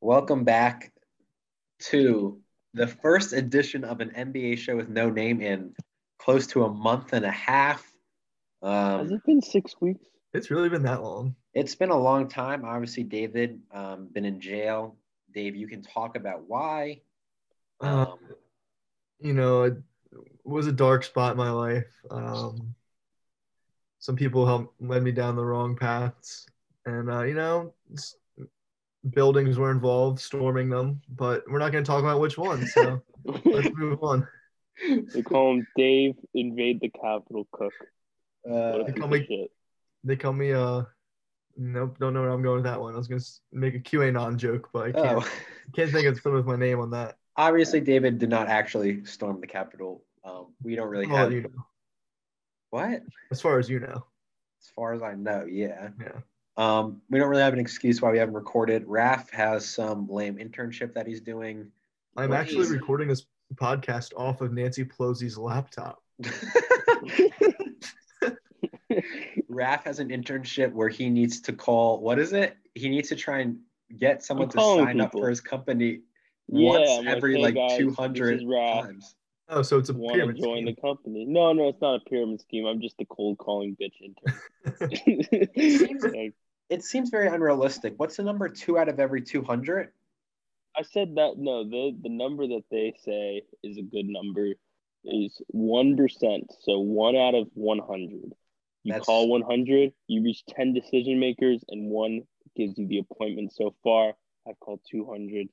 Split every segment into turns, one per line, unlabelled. Welcome back to the first edition of an NBA show with no name in close to a month and a half.
Has
Um,
it been six weeks?
It's really been that long.
it's been a long time. Obviously, David um, been in jail. Dave, you can talk about why.
Um,
Um,
you know, it was a dark spot in my life. Um, some people helped led me down the wrong paths, and uh, you know, s- buildings were involved, storming them. But we're not going to talk about which one. So let's
they
move on.
call him Dave Invade the Capitol Cook. What a
uh,
piece of
Becoming-
shit.
They call me. Uh, nope, don't know where I'm going with that one. I was going to make a QAnon joke, but I can't,
oh,
can't think of something with my name on that.
obviously, David did not actually storm the Capitol. Um, we don't really
Well,
have
Oh, you know,
what,
as far as you know,
as far as I know. Yeah.
yeah.
Um, we don't really have an excuse why we haven't recorded. Raf has some lame internship that he's doing.
I'm
Well,
actually
geez.
recording this podcast off of Nancy Pelosi's laptop.
Raf has an internship where he needs to call. What is it? He needs to try and get someone
I'm
to
calling
sign up
people.
for his company
Yeah,
once
I'm like,
every
"Hey,
like
guys,
two
this
hundred
is Raf.
times.
Oh, so it's a
Want to
pyramid
join the
scheme.
company? No, no, it's not a pyramid scheme. I'm just a cold calling bitch intern.
seems-
Like,
It seems very unrealistic. What's the number two out of every two hundred?
I said that no, the the number that they say is a good number is one percent. So one out of one hundred. You
That's-
call one hundred, you reach ten decision makers, and one gives you the appointment. So far, I called two hundred,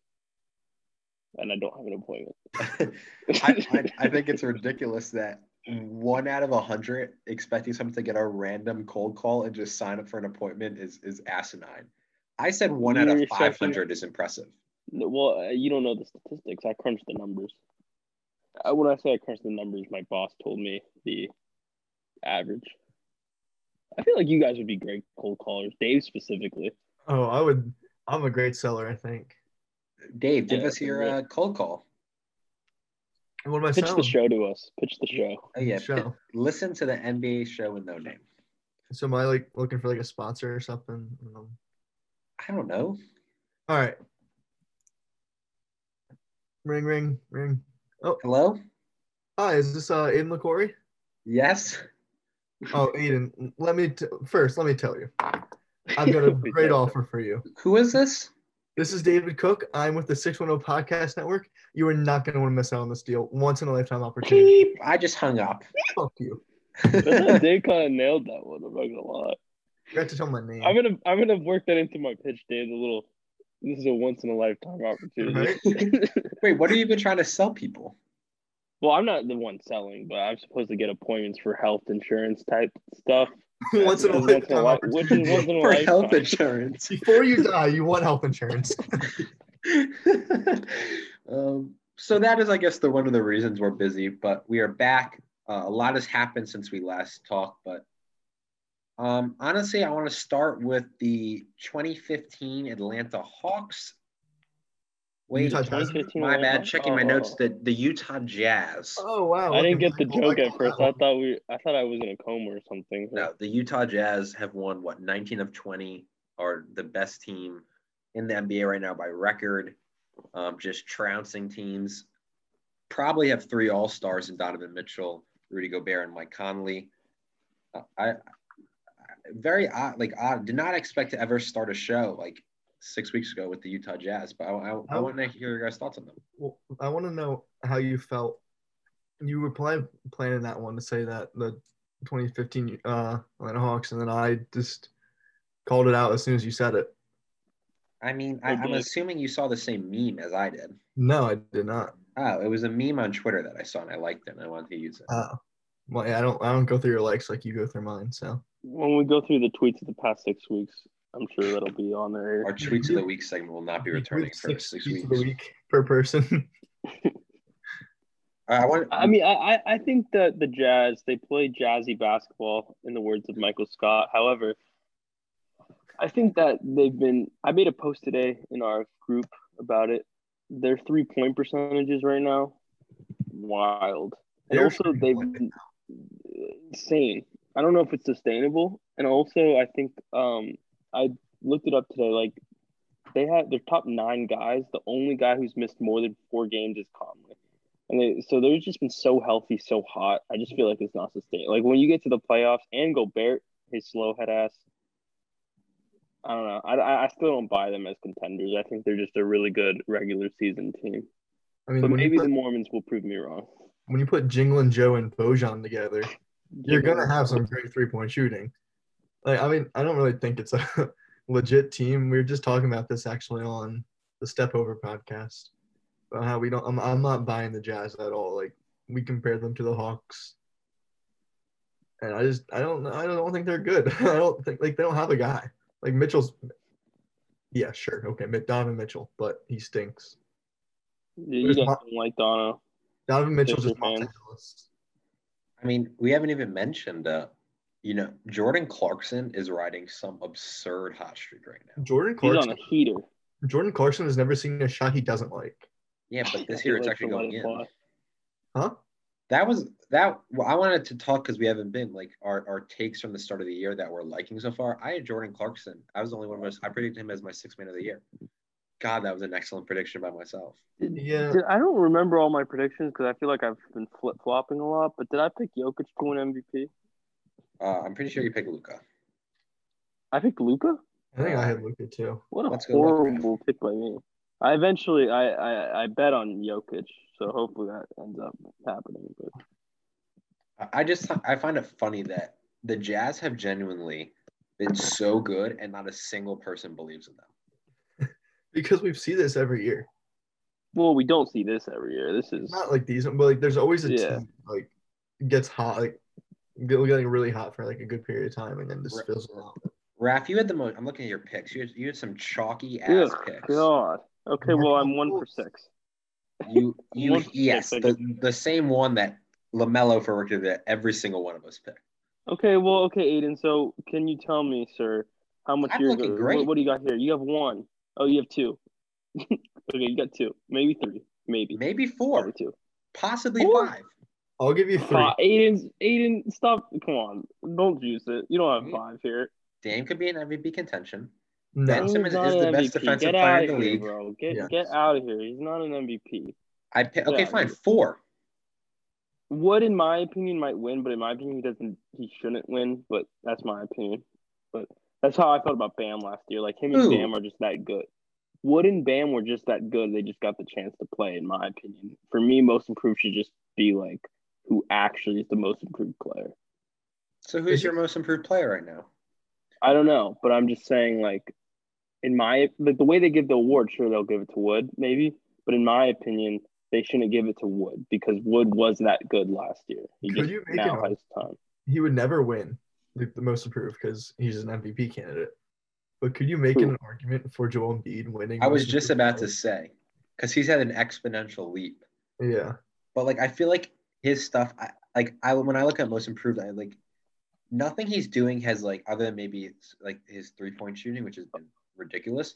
and I don't have an appointment.
I, I, I think it's ridiculous that one out of a hundred expecting someone to get a random cold call and just sign up for an appointment is is asinine. I said one out
You're
of
expecting-
five hundred is impressive.
No, Well, uh, you don't know the statistics. I crunched the numbers. Uh, When I say I crunched the numbers, my boss told me the average. I feel like you guys would be great cold callers, Dave specifically.
Oh, I would. I'm a great seller, I think.
Dave, give
Yeah,
us your
yeah.
uh, cold call.
And What am I
Pitch
selling?
the show to us. Pitch the show.
Oh yeah,
Show.
pit- listen to the NBA show with no name.
So am I like looking for like a sponsor or something? Um,
I don't know.
all right. Ring, ring, ring.
Hello?
Hi, is this uh, Aiden LaCory?
Yes.
Oh, Aiden. Let me t- first. Let me tell you, I've got a great offer for you.
Who is this?
This is David Cook. I'm with the 610 Podcast Network. You are not going to want to miss out on this deal. Once in a lifetime opportunity.
Beep. I just hung up.
Fuck you.
That's how Dave kind of nailed that one. I'm not gonna lie.
You have to tell my name.
I'm gonna I'm gonna work that into my pitch, Dave. The little this is a once in a lifetime opportunity.
Wait, what have you been trying to sell people?
well, I'm not the one selling, but I'm supposed to get appointments for health insurance type stuff.
Once in a
Because once in a li- Which
lifetime opportunity.
is once in a
For
lifetime.
health insurance.
Before you die, you want health insurance.
um, so that is, I guess, the one of the reasons we're busy, but we are back. Uh, a lot has happened since we last talked, but um, honestly, I want to start with the 2015 Atlanta Hawks. Wait,
Utah Jazz?
2015
my
Atlanta?
bad. Checking my
Oh.
notes, the, the Utah Jazz.
Oh wow!
I didn't get the
Well,
joke at
caught
first.
that
I
one.
thought we I thought I was in a coma or something.
No, the Utah Jazz have won what 19 of 20, are the best team in the NBA right now by record, um, just trouncing teams. Probably have three All Stars in Donovan Mitchell, Rudy Gobert, and Mike Conley. Uh, I, I very odd, like odd. Did not expect to ever start a show like six weeks ago with the Utah Jazz, but I, I, I
Oh.
want to hear your guys' thoughts on them.
Well, I want to know how you felt. You were plan- planning that one to say that the 2015 uh, Atlanta Hawks, and then I just called it out as soon as you said it.
I mean, I, I'm
Okay.
assuming you saw the same meme as I did.
No, I did not.
Oh, it was a meme on Twitter that I saw and I liked it and I wanted to use it.
Uh, well, yeah, I don't. I don't go through your likes like you go through mine. So
When we go through the tweets of the past six weeks, I'm sure that'll be on there.
Our tweets of the week segment will not be returning for
six,
six
tweets
weeks.
of the week per person.
Uh, I want.
I mean, I, I I think that the Jazz they play jazzy basketball, in the words of Michael Scott. However, I think that they've been. I made a post today in our group about it. Their three point percentages right now, wild, and
They're
also they've uh,
three-point.
insane. I don't know if it's sustainable, and also I think um I looked it up today. Like they have their top nine guys. The only guy who's missed more than four games is Conley, and they, so they've just been so healthy, so hot. I just feel like it's not sustained. Like when you get to the playoffs and Gobert, his slow head ass. I don't know. I, I- I still don't buy them as contenders. I think they're just a really good regular season team.
I mean,
But
when you
maybe
put-
the Mormons will prove me wrong.
when you put Jingling Joe and Bojan together, you're gonna have some great three point shooting. Like I mean, I don't really think it's a legit team. We were just talking about this actually on the Step Over podcast about how we don't. I'm, I'm not buying the Jazz at all. Like we compare them to the Hawks, and I just I don't know. I don't think they're good. I don't think like they don't have a guy like Mitchell's. Yeah, sure, okay, Mi- Donovan Mitchell, but he stinks.
You
There's
guys
not-
don't like Dono.
Donovan Mitchell's just
Mitchell fans.
Montezuma's.
I mean, we haven't even mentioned, uh, you know, Jordan Clarkson is riding some absurd hot streak right now.
Jordan
He's
Clarkson.
on a heater.
Jordan Clarkson has never seen a shot he doesn't like.
Yeah, but this
He
year it's
likes to
actually
let
going
it
in.
fly.
Huh?
That was that. Well, I wanted to talk because we haven't been like our, our takes from the start of the year that we're liking so far. I had Jordan Clarkson. I was the only one of us. I predicted him as my sixth man of the year. God, that was an excellent prediction by myself.
Yeah.
Did- I don't remember all my predictions because I feel like I've been flip flopping a lot. But did I pick Jokic to win MVP?
Uh, I'm pretty sure you picked Luca.
I picked Luca.
I think I had Luca too.
What a
Let's go Luka.
horrible pick by me. I eventually I, I I bet on Jokic, so hopefully that ends up happening. But
I- I just I find it funny that the Jazz have genuinely been so good and not a single person believes in them.
Because we see this every year.
well, we don't see this every year. This is
Not like these, but like there's always a
Yeah.
team like gets hot, like get- getting really hot for like a good period of time and then just
Right.
fizzles out.
Raph, you had the most. I'm looking at your picks. You had, you had some chalky ass
Ugh,
picks.
God. Okay, well I'm
Markel
one for
Fultz.
six.
You you
One pick,
yes,
I
the, the same one that Lamelo for rookie of the year, every single one of us picked.
Okay, well okay, Aiden. So can you tell me, sir, how much
I'm
you're
looking great.
What, what do you got here? You have one. Oh, you have two. okay, you got two, maybe three, maybe
Maybe
probably
four,
two.
possibly
Four.
five.
I'll give you three.
Uh, Aiden, Aiden, stop! Come on, don't juice it. You don't have
Yeah.
five here.
Dame could be in MVP contention.
no,
Ben Simmons
He's not
is the
an
best
MVP.
defensive
get
player
out
in the
of here,
league.
Bro. Get
Yes.
get out of here. He's not an MVP.
I pick, okay,
Yeah.
fine, four.
Wood, in my opinion, might win, but in my opinion, he doesn't. He shouldn't win. But that's my opinion. But that's how I felt about Bam last year. Like him and
Who?
Bam are just that good. Wood and Bam were just that good. They just got the chance to play, in my opinion. For me, most improved should just be like who actually is the most improved player.
So who's
Is
your most improved player right now?
I don't know, but I'm just saying, like, in my like the way they give the award, sure they'll give it to Wood, maybe, but in my opinion, they shouldn't give it to Wood because Wood was that good last year. He
Could
just
you make
now
it-
has time.
he would never win the, the most improved because he's an MVP candidate. But could you make
Who?
an argument for Joel Embiid winning?
I was
most
just
improved
about to
player?
say, because he's had an exponential leap.
Yeah,
But like, I feel like his stuff. I, like, I when I look at most improved, I like nothing he's doing has like other than maybe it's like his three point shooting, which has been ridiculous.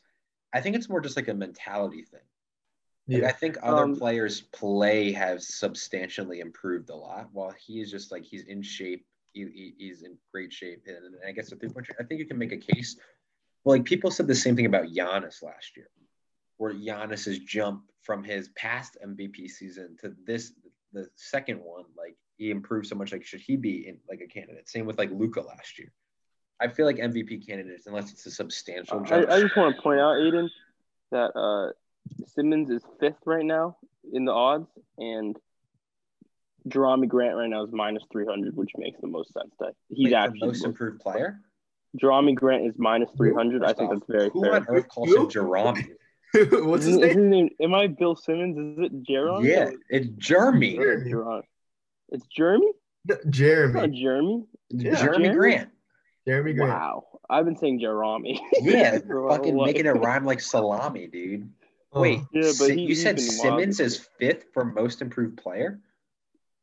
I think it's more just like a mentality thing. Like,
yeah.
I think other
Um,
players' play have substantially improved a lot, while he is just like he's in shape. He, he- he's in great shape, and, and I guess the three point. I think you can make a case. Well, like people said the same thing about Giannis last year, where Giannis's jump from his past MVP season to this, the second one, like he improved so much. Like should he be in like a candidate? Same with like Luca last year. I feel like MVP candidates, unless it's a substantial
I,
jump.
I just want to point out, Aiden, that uh, Simmons is fifth right now in the odds, and Jeremy Grant right now is minus three hundred, which makes the most sense. That he's
Wait, the
actually
most improved player.
Jeremy Grant is minus three hundred. I
First
think
off,
that's very
Who
fair.
on earth calls him Jerami?
What's his
Isn't-
name?
isn't it- am I Bill Simmons? Is it Jeremy?
Yeah, it's Jeremy.
Jeremy.
Jeremy. It's Jeremy? It's not
Jeremy.
Jeremy?
Yeah.
Jeremy
Jeremy?
Grant.
Jeremy Grant.
Wow. I've been saying Jeremy.
Yeah,
Bro,
fucking
what?
making it rhyme like salami, dude.
Oh,
Wait,
Yeah, but
Si-
he-
you
he's
said
been wild
Simmons
this
is fifth for most improved player?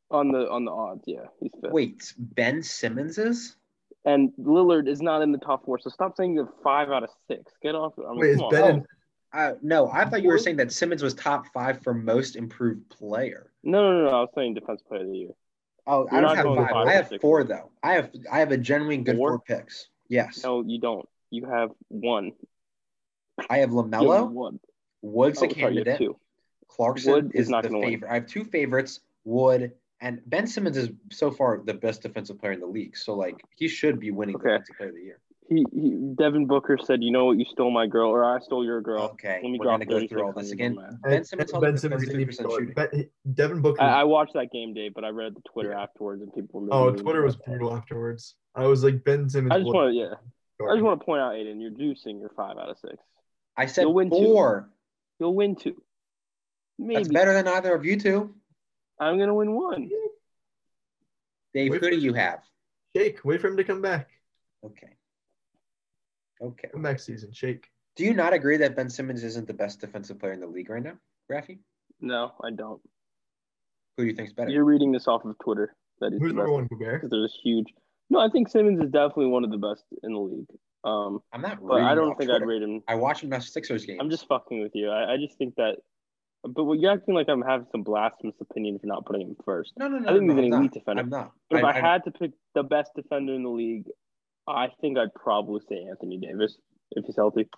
on the on the odds, yeah. He's fifth.
Wait, Ben Simmons is?
And Lillard is not in the top four, so stop saying you're five out of six. Get off I mean,
Wait, is
come on.
Ben in-
Uh, no, I thought you were
What?
saying that Simmons was top five for most improved player.
No, no, no, no, I was saying defense player of the year.
Oh, I don't
You're not
have
going
five.
five
I
or
have
six.
four though. I have I have a genuine good four,
Four?
picks. Yes.
No, you don't. You have one.
I have
You only
Lamelo.
one.
Wood's
Oh,
a
sorry, you have
candidate.
two.
Clarkson
Wood
is,
is not
the
gonna win.
favorite. I have two favorites: Wood and Ben Simmons is so far the best defensive player in the league. So like he should be winning
Okay.
defensive player of the year.
He, he Devin Booker said, "You know what? You stole my girl, or I stole your girl."
Okay,
Let me
we're
drop
gonna go through all
36
this
on you,
again.
dumbass.
Ben Simmons held
ben
up to
Simmons didn't
33%
even score.
shooting.
Ben, Devin
Oh.
Booker.
I, I watched that game day, but I read the Twitter afterwards, and people were.
oh,
moving
Twitter was
about that.
brutal afterwards. I was like Ben Simmons.
I just
would-
want to, yeah. I just want to point out, Aiden, you're juicing your five out of six.
I said
You'll win two.
four.
You'll win two. Maybe
That's better than either of you two.
I'm gonna win one.
Dave,
Wait
who
for-
do you have?
Shake. Wait for him to come back.
Okay. Okay.
Come back season. Shake.
Do you not agree that Ben Simmons isn't the best defensive player in the league right now, Rafi?
No, I don't.
Who do you think's better?
You're reading this off of Twitter. That is
Who's
the
number
best
one? Gobert.
because there's huge. No, I think Simmons is definitely one of the best in the league. Um,
I'm not.
but
reading
I
it
don't
off
think I'd
Twitter.
rate him.
I watch enough Sixers games.
I'm just fucking with you. I, I just think that. But what you're acting like I'm having some blasphemous opinion for not putting him first.
No, no, no.
I think
no,
he's an
I'm not.
elite defender.
I'm not.
But if I,
I-
had to pick the best defender in the league, I think I'd probably say Anthony Davis if he's healthy.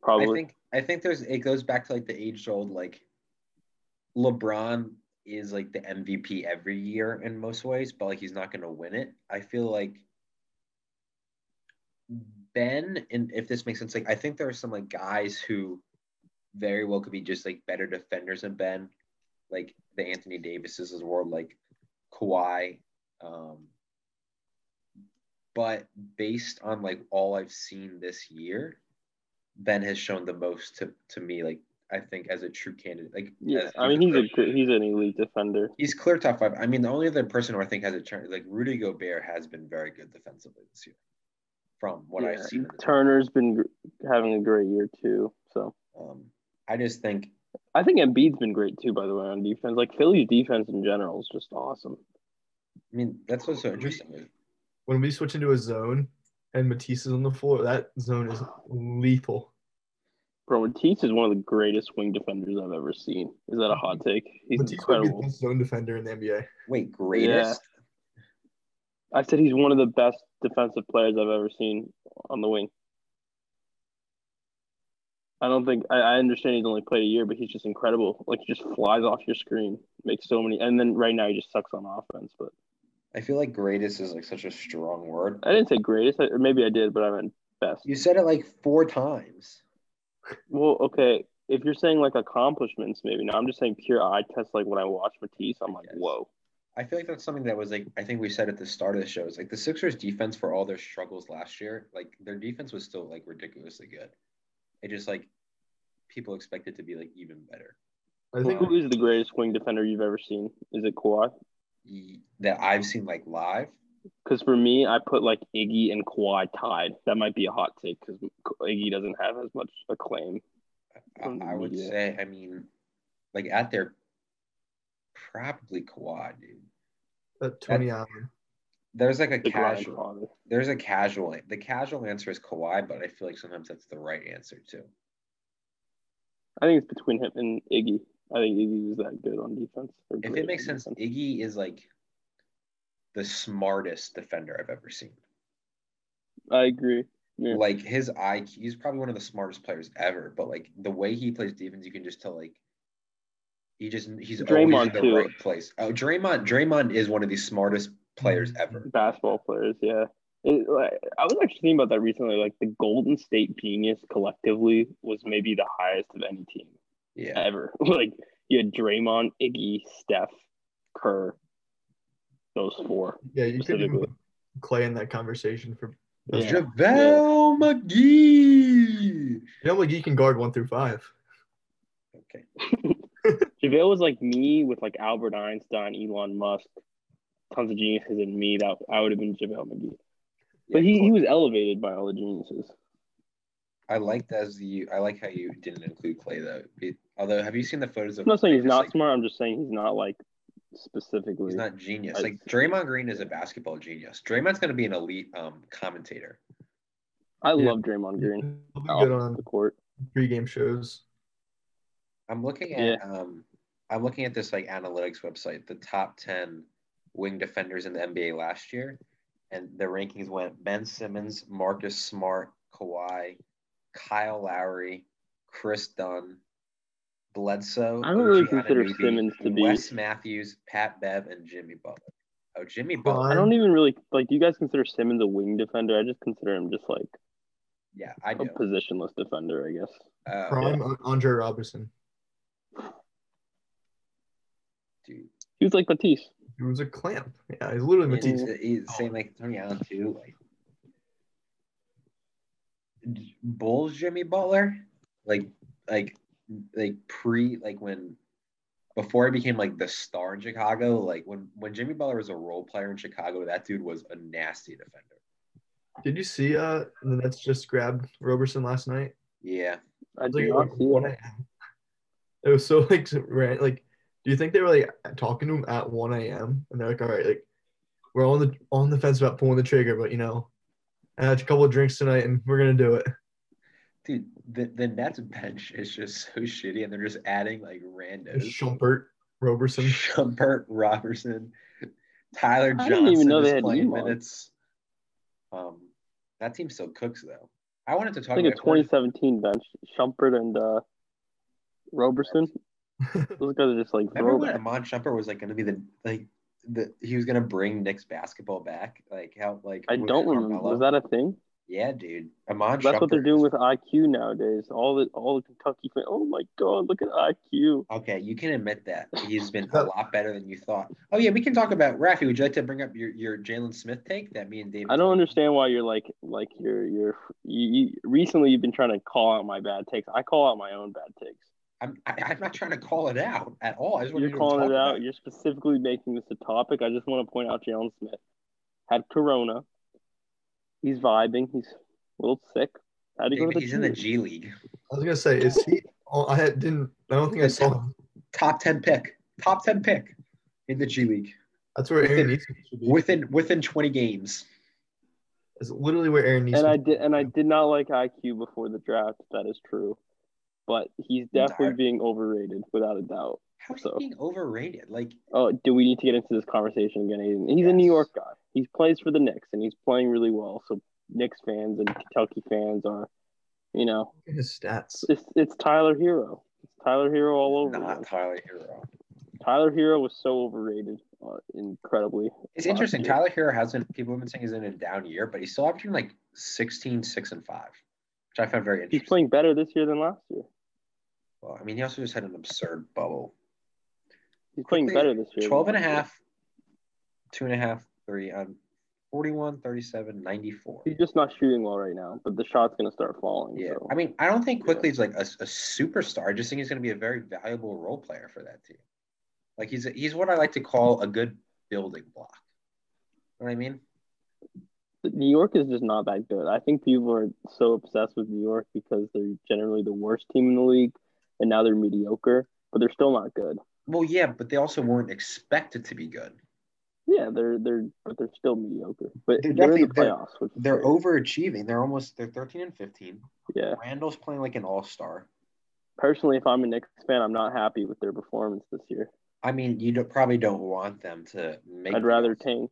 Probably.
I think I think there's it goes back to like the age old like LeBron is like the MVP every year in most ways, but like he's not gonna win it. I feel like Ben, and if this makes sense, like I think there are some like guys who very well could be just like better defenders than Ben, like the Anthony Davises of the world, like Kawhi. Um, but based on like all I've seen this year, Ben has shown the most to, to me, like I think as a true candidate. Like
yeah,
as-
I mean he's a gr- he's an elite defender.
he's clear top five. I mean, the only other person who I think has a turn like Rudy Gobert has been very good defensively this year, from what I've
Yeah,
seen. of him.
Turner's been gr- having a great year too. So
Um, I just think
I think Embiid's been great too. By the way, on defense, like Philly's defense in general is just awesome.
I mean, that's what's so interesting. is
When we switch into a zone and Matisse is on the floor, that zone is lethal.
Bro, Matisse is one of the greatest wing defenders I've ever seen. Is that a hot take? He's
Matisse would be
incredible.
the best zone defender in the NBA.
Wait, greatest?
I said he's one of the best defensive players I've ever seen on the wing. I don't think I, I understand he's only played a year, but he's just incredible. Like he just flies off your screen, makes so many, and then right now he just sucks on offense. But
I feel like greatest is like such a strong word.
I didn't say greatest, I- or maybe I did, but I meant best.
You said it like four times.
Well, okay, if you're saying like accomplishments, maybe no, I'm just saying pure eye test. Like when I watch Matisse, I'm like,
Yes.
whoa.
I feel like that's something that was like I think we said at the start of the show. It's like the Sixers defense for all their struggles last year, like their defense was still like ridiculously good. It just like people expect it to be like even better.
I think
Wow.
Who is the greatest wing defender you've ever seen? Is it Kawhi?
Ye- That I've seen like live.
Because for me, I put like Iggy and Kawhi tied. That might be a hot take because Iggy doesn't have as much acclaim.
I,
Mm,
I would
yeah.
say, I mean, like at their probably Kawhi, dude.
that Tony Allen.
There's like a
The
casual.
grandfather.
There's a casual. The casual answer is Kawhi, but I feel like sometimes that's the right answer too.
I think it's between him and Iggy. I think Iggy was that good on defense. or
If
great
it
on
makes sense,
defense.
Iggy is like the smartest defender I've ever seen.
I agree. Yeah.
Like his IQ, he's probably one of the smartest players ever. But like the way he plays defense, you can just tell like he just he's always in
Draymond,
the
too.
right place. Oh, Draymond, Draymond is one of the smartest players
Mm-hmm.
ever.
Basketball players, yeah. It, like, I was actually thinking about that recently. Like the Golden State Genius collectively was maybe the highest of any team
Yeah.
ever. Like you had Draymond, Iggy, Steph, Kerr, those four.
Yeah, you could even
Specifically.
put Clay in that conversation for.
Yeah.
JaVale McGee.
You know, like you can guard one through five.
Okay.
JaVale was like me with like Albert Einstein, Elon Musk, tons of geniuses in me. That I would have been JaVale McGee. But
Yeah,
he, he
cool.
was elevated by all the geniuses.
I like that as you I like how you didn't include Clay though. He- although have you seen the photos of
I'm not saying he's
It's
not
like,
smart. I'm just saying he's not like specifically.
he's not genius.
I-
Like Draymond Green is a basketball genius. Draymond's gonna be an elite um commentator.
I
Yeah.
love Draymond Green.
He'll be
Off
good on
the court.
pregame shows.
I'm looking at um I'm looking at this like analytics website, the top ten wing defenders in the NBA last year. And the rankings went Ben Simmons, Marcus Smart, Kawhi, Kyle Lowry, Chris Dunn, Bledsoe.
I don't really
Oji
consider
Anunoby,
Simmons to be-
Wes Matthews, Pat Bev, and Jimmy Butler. Oh, Jimmy Butler.
I don't even really like. Do you guys consider Simmons a wing defender? I just consider him just like
Yeah, I
a
do.
positionless defender, I guess.
Oh,
Prime Andre Robinson.
dude.
He was like Matisse.
He was a clamp. Yeah, he's literally
He's,
Matisse.
he's saying like Tony Allen too. Like J- Bulls Jimmy Butler, like like like pre like when before he became like the star in Chicago, like when when Jimmy Butler was a role player in Chicago, that dude was a nasty defender.
Did you see uh the Nets just grabbed Roberson last night?
Yeah,
I
It was,
did
like,
not see
one
that.
a.m.. It was so like ran, like do you think they were like talking to him at 1 a.m. and they're like all right like we're on the on the fence about pulling the trigger but you know I had a couple of drinks tonight and we're gonna do it.
dude, the the Nets bench is just so shitty, and they're just adding like randos.
Schumpert, Roberson.
Shumpert, Robertson, Tyler
I
Johnson
didn't even know they
is
had
playing
Nemog.
minutes. Um, that team still cooks though. I wanted to
I
talk
think a
about
2017 bench, Shumpert and uh, Roberson. Those guys are just like
Remember when
throwbacks.
Amon Shumpert was like going to be the like the he was going to bring Knicks basketball back? Like how like
I
with
don't remember.
Carmelo?
Was that a thing?
yeah, dude. Amon
That's what they're
Shumpert
doing
is-
with IQ nowadays. All the all the Kentucky fans. Oh my God! Look at IQ.
Okay, you can admit that he's been a
That-
lot better than you thought. Oh yeah, we can talk about Rafi. Would you like to bring up your, your Jalen Smith take that me and David?
I don't understand why you're like like you're you're you, you recently you've been trying to call out my bad takes. I call out my own bad takes.
I'm I, I'm not trying to call it out at all. I just wanted
You're
to
calling
talk
it
about
out. You're specifically making this a topic. I just want to point out Jalen Smith had corona. He's vibing. He's a little sick. How do you go
David,
to the
he's in the
gym?
G League.
I was gonna say is he? Oh, I had- didn't. I don't think I saw him.
Top ten pick. Top ten pick in the G League
That's where Aaron Neesmith should be.
within within twenty games.
It's literally where Aaron Neesmith.
And I did and I did not like IQ before the draft. That is true. But he's definitely
Nah.
being overrated without a doubt.
How is
So-
he being overrated? Like
Oh, do we need to get into this conversation again? Aiden? He's a New
Yes.
York guy. He plays for the Knicks and he's playing really well. So Knicks fans and Kentucky fans are, you know,
Look at his stats.
it's it's Tyler Hero. It's Tyler Hero all over. again.
not Tyler Hero.
Tyler Hero was so overrated, uh, incredibly.
It's
Last
interesting.
year.
Tyler Hero hasn't. People have been saying he's in a down year, but he's still averaging like 16, 6, and five, which I found very
He's
interesting.
playing better this year than last year.
well, I mean, he also just had an absurd bubble.
He's playing
Quickly,
better this year.
12
than
and a
last year.
half, two and a half, three on 41, 37, 94.
He's just not shooting well right now, but the shot's gonna start falling.
Yeah,
so.
I mean, I don't think
yeah.
quickly is like a, a superstar. I just think he's going to be a very valuable role player for that team. Like he's he's what I like to call a good building block. You know what I mean?
New York is just not that good. I think people are so obsessed with New York because they're generally the worst team in the league, and now they're mediocre, but they're still not good.
Well, yeah, but they also weren't expected to be good.
Yeah, they're they're but they're still mediocre. But
They're
they're, in the
definitely- they're-
playoffs. Which is
They're
great.
overachieving. They're almost they're 13 and 15.
yeah.
Randall's playing like an all-star.
Personally, if I'm a Knicks fan, I'm not happy with their performance this year.
I mean, you don't, probably don't want them to make
I'd rather
playoffs.
tank.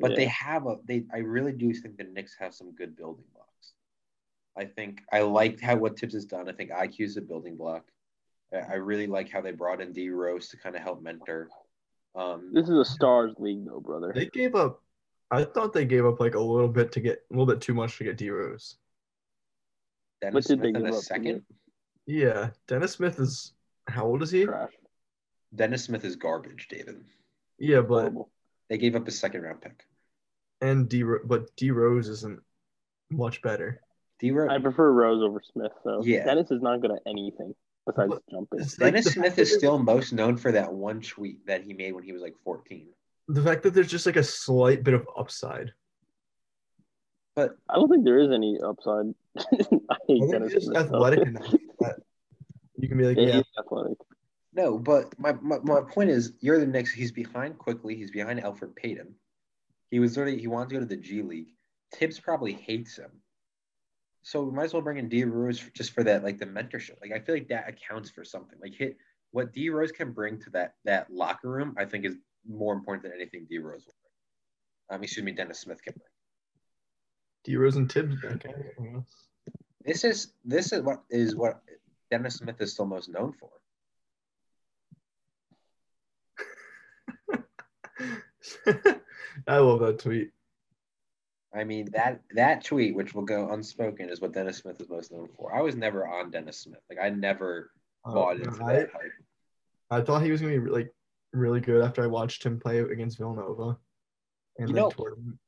But
Yeah.
they have a they. I really do think the Knicks have some good building blocks. I think I like how what Tibbs has done. I think IQ is a building block. I, I really like how they brought in D Rose to kind of help mentor. Um,
This is a stars league, though, brother.
They gave up. I thought they gave up like a little bit to get a little bit too much to get D Rose.
Dennis
did they
Smith in a
give up?
second.
Yeah, Dennis Smith is how old is he?
Trash.
Dennis Smith is garbage, David.
Yeah, but
Horrible.
They gave up a second round pick.
and D Ro- but D Rose isn't much better.
D
I
Rose.
prefer Rose over Smith, though.
Yeah.
Dennis is not good at anything besides jumping.
It's like
Dennis
the
Smith
fact that
is
there-
still most known for that one tweet that he made when he was like 14.
the fact that there's just like a slight bit of upside.
But
I don't think there is any upside. I
I
hate
think
Dennis.
he's just
Smith, though.
athletic enough that you can be like,
Yeah,
yeah,
he's athletic.
no, but my, my, my point is you're the Knicks. He's behind quickly. He's behind Alfred Payton. He was already he wanted to go to the G League. Tibbs probably hates him. So we might as well bring in D Rose for- just for that, like the mentorship. Like I feel like that accounts for something. Like hit what D Rose can bring to that that locker room, I think is more important than anything D Rose will bring. Um, excuse me, Dennis Smith can bring.
D Rose and Tibbs. back at it, you know?
This is this is what is what Dennis Smith is still most known for.
I love that tweet.
I mean that that tweet, which will go unspoken, is what Dennis Smith is most known for. I was never on Dennis Smith. Like I never
Oh,
Uh,
bought into
I,
that hype.
I thought he was gonna be like really good after I watched him play against Villanova. And
You
then
know-
tore him.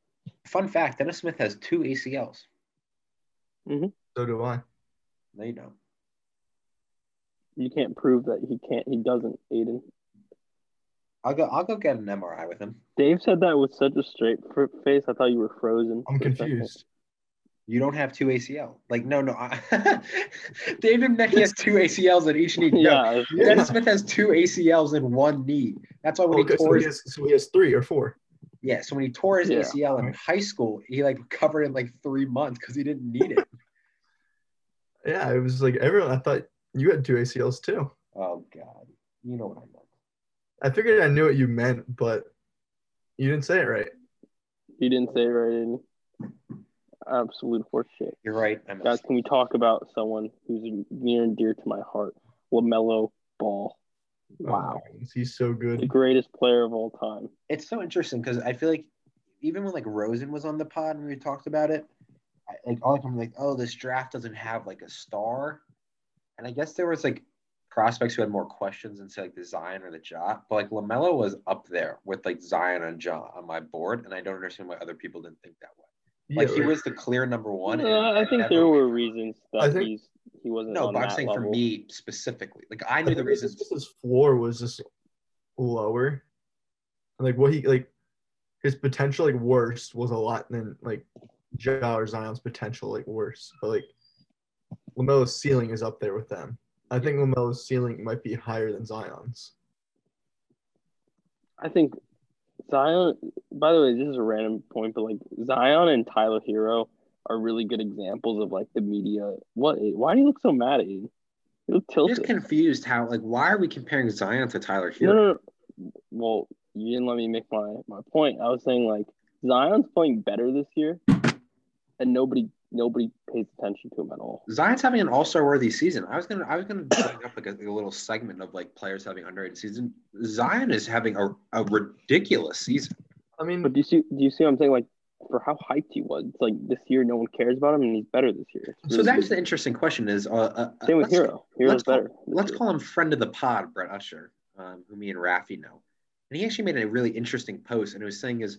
Fun fact: Dennis Smith has two ACLs.
so do I.
No, you don't.
You can't prove that he can't. He doesn't. Aiden.
I'll go. I'll go get an MRI with him.
Dave said that with such a straight fr- face. I thought you were frozen.
I'm
for a second.
confused.
You don't have two ACL. Like no, no. I, David Mecki has two ACLs in each knee. No,
yeah.
Dennis Smith has two ACLs in one knee. That's why when
Oh, Okay,
he
so,
tore
he
his,
has, so he has three or four.
yeah, so when he tore his
Oh, Yeah.
ACL in high school, he like recovered in like three months because he didn't need it.
Yeah, it was like everyone. I thought you had two ACLs too.
oh God, you know what I meant.
I figured I knew what you meant, but you didn't say it right.
He didn't say it right. Aiden. Absolute horseshit.
You're right. I messed
Guys,
up.
can we talk about someone who's near and dear to my heart? Lamelo Ball, Wow.
Oh, he's so
the
good.
greatest player of all time.
It's so interesting because I feel like even when like Rosen was on the pod and we talked about it, I, like all I'm like, oh, this draft doesn't have like a star, and I guess there was like prospects who had more questions than say like the Zion or the Ja, but like Lamelo was up there with like Zion and Ja on my board, and I don't understand why other people didn't think that way. Like
Yeah,
he was the clear number one. and-
Uh, I
and
think
that
there
was-
were reasons
I
that
think-
he's he wasn't
No,
on
but I'm
that
saying
level.
for me specifically, like I
I
knew the
think it's
reasons.
just his floor was just lower. Like what he like his potential like worst was a lot than like Ja or Zion's potential like worse. But like Lamelo's ceiling is up there with them. I think Lamelo's ceiling might be higher than Zion's.
I think Zion. By the way, this is a random point, but like Zion and Tyler Hero are really good examples of like the media. What? Why do you look so mad at you? You look
I'm
tilted.
just confused how like why are we comparing Zion to Tyler
No,
Hero?
no, no. Well, you didn't let me make my, my point. I was saying like Zion's playing better this year, and nobody nobody pays attention to him at all.
Zion's having an All Star worthy season. I was gonna I was gonna bring up like a, like a little segment of like players having underrated season. Zion is having a, a ridiculous season.
I mean
But do you see? Do you see what I'm saying? Like for how hyped he was, it's like this year no one cares about him, and he's better this year. It's
So
really
that's
good.
the interesting question. Is uh, uh, uh,
Mm-hmm. same with
let's-
Hero. Hero's
let's call-
better. this
let's
year.
call him friend of the pod, Brett Usher, um, who me and Rafi know. And he actually made a really interesting post, and it was saying is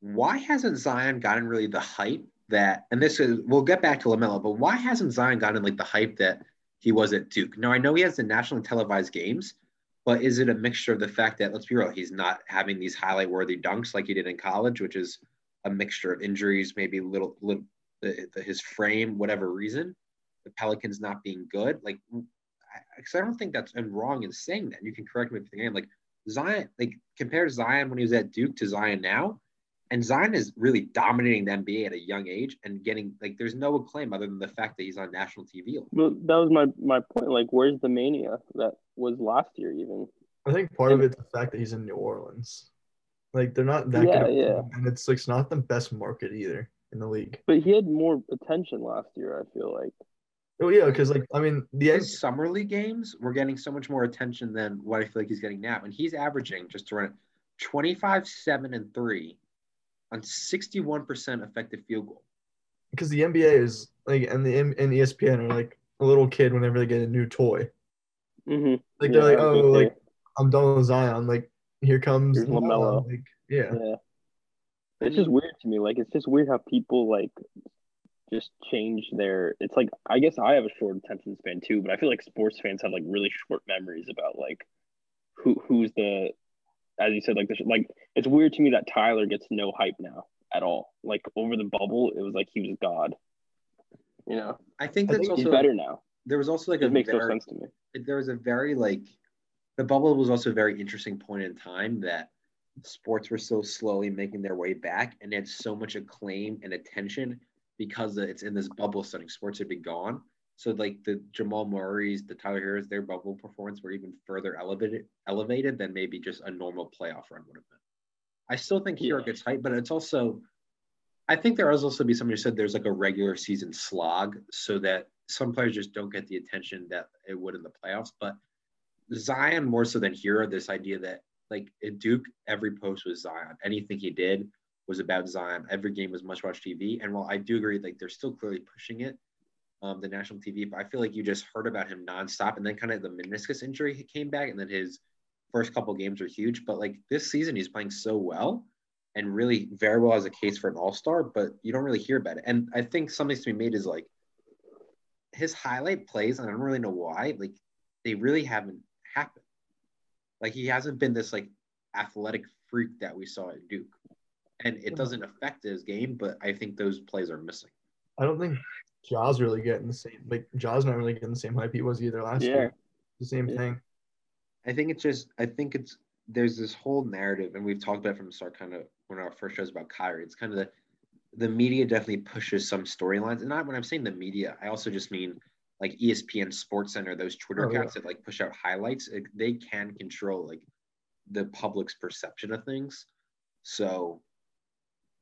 why hasn't Zion gotten really the hype that? And this is we'll get back to Lamelo, but why hasn't Zion gotten like the hype that he was at Duke? Now I know he has the nationally televised games, but is it a mixture of the fact that let's be real, he's not having these highlight worthy dunks like he did in college, which is a mixture of injuries, maybe little, little the, the, his frame, whatever reason, the Pelicans not being good, like because I, don't think that's I'm wrong in saying that. You can correct me if I am. Like Zion, like compare Zion when he was at Duke to Zion now, and Zion is really dominating the NBA at a young age and getting like there's no acclaim other than the fact that he's on national TV.
Well, that was my my point. Like, where's the mania that was last year? Even
I think part of it's the fact that he's in New Orleans. Like they're not that
Yeah,
good, of a
yeah.
team, and it's like it's not the best market either in the league.
but he had more attention last year. I feel like.
Oh yeah, because like I mean the
His summer league games were getting so much more attention than what I feel like he's getting now, and he's averaging just to run it 25, seven, and three on 61% effective field goal.
because the NBA is like and the M- and E ESPN are like a little kid whenever they get a new toy.
hmm
Like they're like, oh, like I'm done with Zion. Like here comes
Here's LaMelo.
Like yeah,
Yeah. It's just weird to me. Like it's just weird how people like just change their it's like I guess I have a short attention span too, but I feel like sports fans have like really short memories about like who who's the as you said like the like it's weird to me that Tyler gets no hype now at all. Like over the bubble, it was like he was god. You know,
I think
I
that's
think
also
he's better now.
there was also like a
It makes no
very-
sense to me.
it- there was a very like the bubble was also a very interesting point in time that sports were so slowly making their way back and had so much acclaim and attention because it's in this bubble setting sports had been gone so like the jamal murray's the tyler heroes their bubble performance were even further elevated elevated than maybe just a normal playoff run would have been i still think hero
Yeah.
gets hype but it's also I think there has also be somebody who said there's like a regular season slog, so that some players just don't get the attention that it would in the playoffs. But Zion more so than Hero, this idea that like at Duke, every post was Zion. Anything he did was about Zion. Every game was much watch TV. And while I do agree, like they're still clearly pushing it, um, the national TV. But I feel like you just heard about him nonstop, and then kind of the meniscus injury he came back, and then his first couple games were huge. But like this season, he's playing so well and really very well as a case for an all star, but you don't really hear about it. And I think something to be made is like his highlight plays, and I don't really know why, like they really haven't happened. Like he hasn't been this like athletic freak that we saw at Duke. And it doesn't affect his game, but I think those plays are missing.
I don't think Jaws really getting the same like Jaws not really getting the same hype he was either last
Yeah.
year. The same
Yeah.
thing.
I think it's just I think it's there's this whole narrative, and we've talked about it from the start, kind of when our first shows about Kyrie. It's kind of the the media definitely pushes some storylines, and not when I'm saying the media, I also just mean like E ESPN, Sports Center, those Twitter
Oh, yeah.
accounts that like push out highlights. It, they can control like the public's perception of things. So,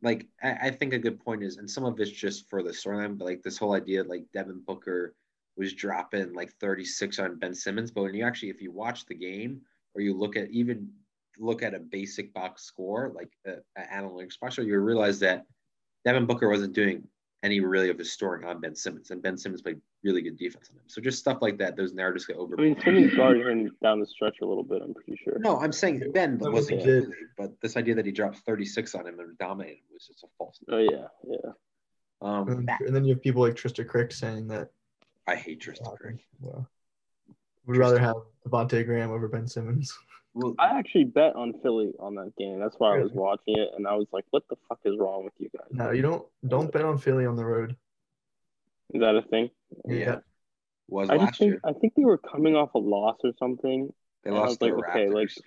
like I, I think a good point is, and some of it's just for the storyline, but like this whole idea, like Devin Booker was dropping like 36 on Ben Simmons. But when you actually, if you watch the game or you look at even look at a basic box score, like an analytics box score, you realize that Devin Booker wasn't doing any really of his scoring on Ben Simmons, and Ben Simmons played really good defense on him. So just stuff like that, those narratives get
I mean,
overblown.
Simmons guarded him down the stretch a little bit. I'm pretty sure.
No, I'm saying Ben
That was
wasn't
good.
completely, but this idea that he dropped 36 on him and dominated him was just a false.
Oh yeah, yeah.
Um,
And, then- and then you have people like Trista Crick saying that
I hate Tristan Green.
well, we'd rather have Devontae Graham over Ben Simmons.
Well,
I actually bet on Philly on that game. That's why I was
Really?
watching it, and I was like, "What the fuck is wrong with you guys?
No, you don't don't bet on Philly on the road.
Is that a thing?"
yeah, was
I just
last
think
year.
I think they were coming off a loss or something,
They
and I
lost
was
to the
like, okay, like-
Raptors,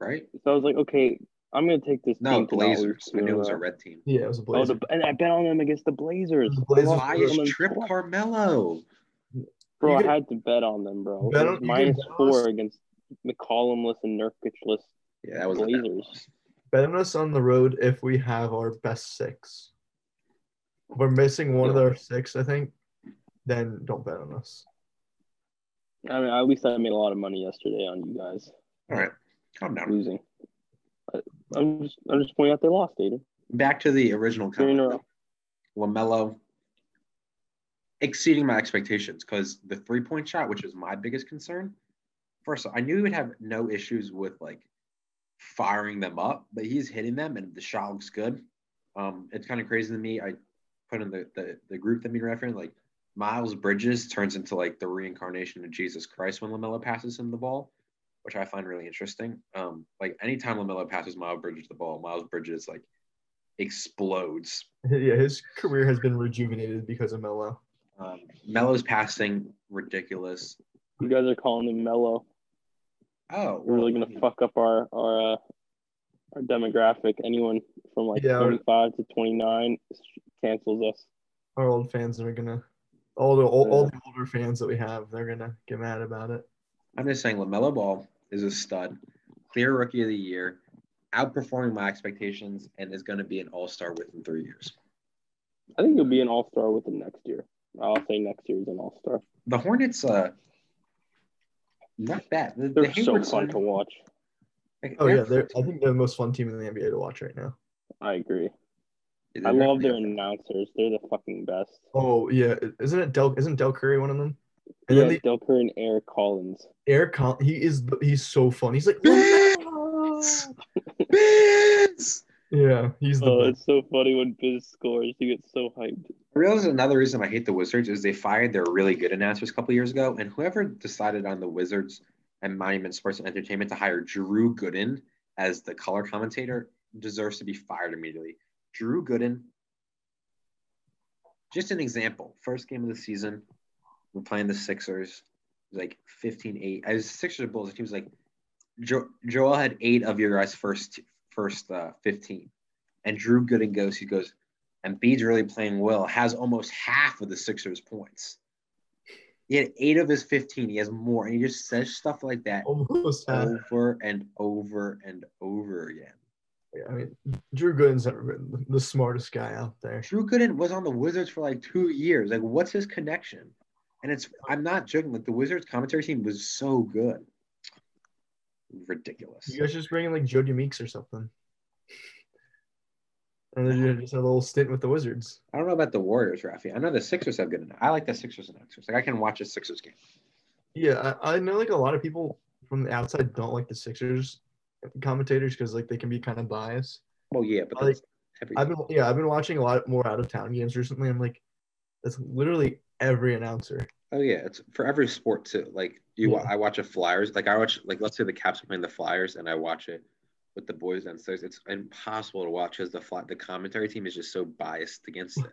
right?
so I was like, "Okay, I'm gonna take this."
No,
team to not
Blazers.
lose
I
two
knew
in
it was
row.
a red team.
Yeah, it was a
Oh,
Blazers.
the, and I bet on them against the Blazers.
The Blazers
Why is
Blazers.
Trip Carmelo?
Bro,
You could-
I had to bet on them, bro. It was
Bet on- you could
minus
bet on us.
four against McCollumless and Nurkicless
Yeah, that was a bad
Blazers.
loss.
bet on us on the road if we have our best six. If we're missing one of our six, I think, then don't bet on us.
I mean, at least I made a lot of money yesterday on you guys
All right, calm down.
losing. I- I'm just, I'm just pointing out they lost, Aiden.
Back to the original
Three in a
comment. Lamelo exceeding my expectations because the three point shot, which was my biggest concern. First, of all, I knew he would have no issues with like firing them up, but he's hitting them and the shot looks good. Um, it's kind of crazy to me. I put in the the, the group that me and Raph are in, like Miles Bridges turns into like the reincarnation of Jesus Christ when Lamelo passes him the ball, which I find really interesting. Um, like anytime Lamelo passes Miles Bridges the ball, Miles Bridges like explodes
Yeah, his career has been rejuvenated because of Melo.
Um, Melo's passing ridiculous.
You guys are calling him mellow.
Oh,
We're really gonna fuck up our our uh, our demographic. Anyone from like
Yeah.
25 to 29 cancels us.
Our old fans are gonna, all the all, all the older fans that we have, they're gonna get mad about it.
I'm just saying, Lamelo Ball is a stud, clear rookie of the year, outperforming my expectations, and is going to be an All Star within three years.
I think he'll be an all star within next year. I'll say next year is an all star.
The Hornets, uh, not bad. The, the
They're so
Hayward
fun
signing-
to watch.
like,
Oh yeah, they're I think they're the most fun team in the NBA to watch right now.
I agree.
they're
I love their
definitely-
announcers. They're the fucking best.
Oh yeah, isn't it Del? Isn't Del Curry one of them? And
yeah,
then the
Del Curry and Eric Collins.
Eric, Con- he is the- he's so fun. He's like,
Biz! Biz!
yeah, he's the
Oh,
best.
it's so funny when Biz scores, you get so hyped.
I realize another reason I hate the Wizards is they fired their really good announcers a couple years ago, and whoever decided on the Wizards and Monument Sports and Entertainment to hire Drew Gooden as the color commentator deserves to be fired immediately. Drew Gooden, just an example, first game of the season, we're playing the Sixers, like 15 8. I was Sixers or Bulls, the team's like, jo- Joel had eight of your guys' first, first uh, 15. And Drew Gooden goes, he goes, and Bede's really playing well, has almost half of the Sixers' points. He had eight of his 15. He has more. And he just
Uh,
says stuff like that
Uh, almost half.
over and over and over again.
Yeah, I mean, Drew Gooden's never been the smartest guy out there.
Drew Gooden was on the Wizards for like two years. Like, what's his connection? And it's I'm not joking. Like the Wizards commentary team was so good, ridiculous.
You guys just bring in like Jody Meeks or something. And then you just had a little stint with the Wizards.
I don't know about the Warriors, Rafi. I know the Sixers have good enough. I like the Sixers and Xers. Like I can watch a Sixers game.
Yeah, I, I know like a lot of people from the outside don't like the Sixers commentators because like they can be kind of biased.
Well, yeah, but
I like-
that's every-
I've been yeah, I've been watching a lot more out of town games recently. I'm like, that's literally every announcer.
Oh yeah, it's for every sport too. Like you, wa
Yeah.
I watch a Flyers. Like I watch, like let's say the Caps are playing the Flyers, and I watch it with the boys downstairs. It's impossible to watch because the fly, the commentary team is just so biased against it.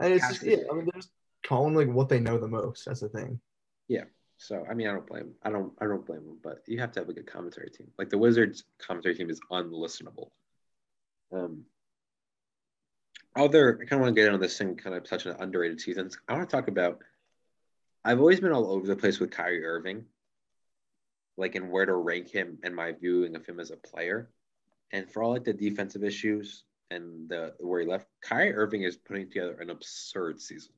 And it's just yeah,
Absolutely.
I mean they're just calling like what they know the most. That's the thing.
So I mean, I don't blame. I don't. I don't blame them. But you have to have a good commentary team. Like the Wizards' commentary team is unlistenable. Um. Other, I kind of want to get into this thing, kind of touching on underrated seasons. I want to talk about. I've always been all over the place with Kyrie Irving, like and where to rank him and my viewing of him as a player, and for all like the defensive issues and the where he left, Kyrie Irving is putting together an absurd season.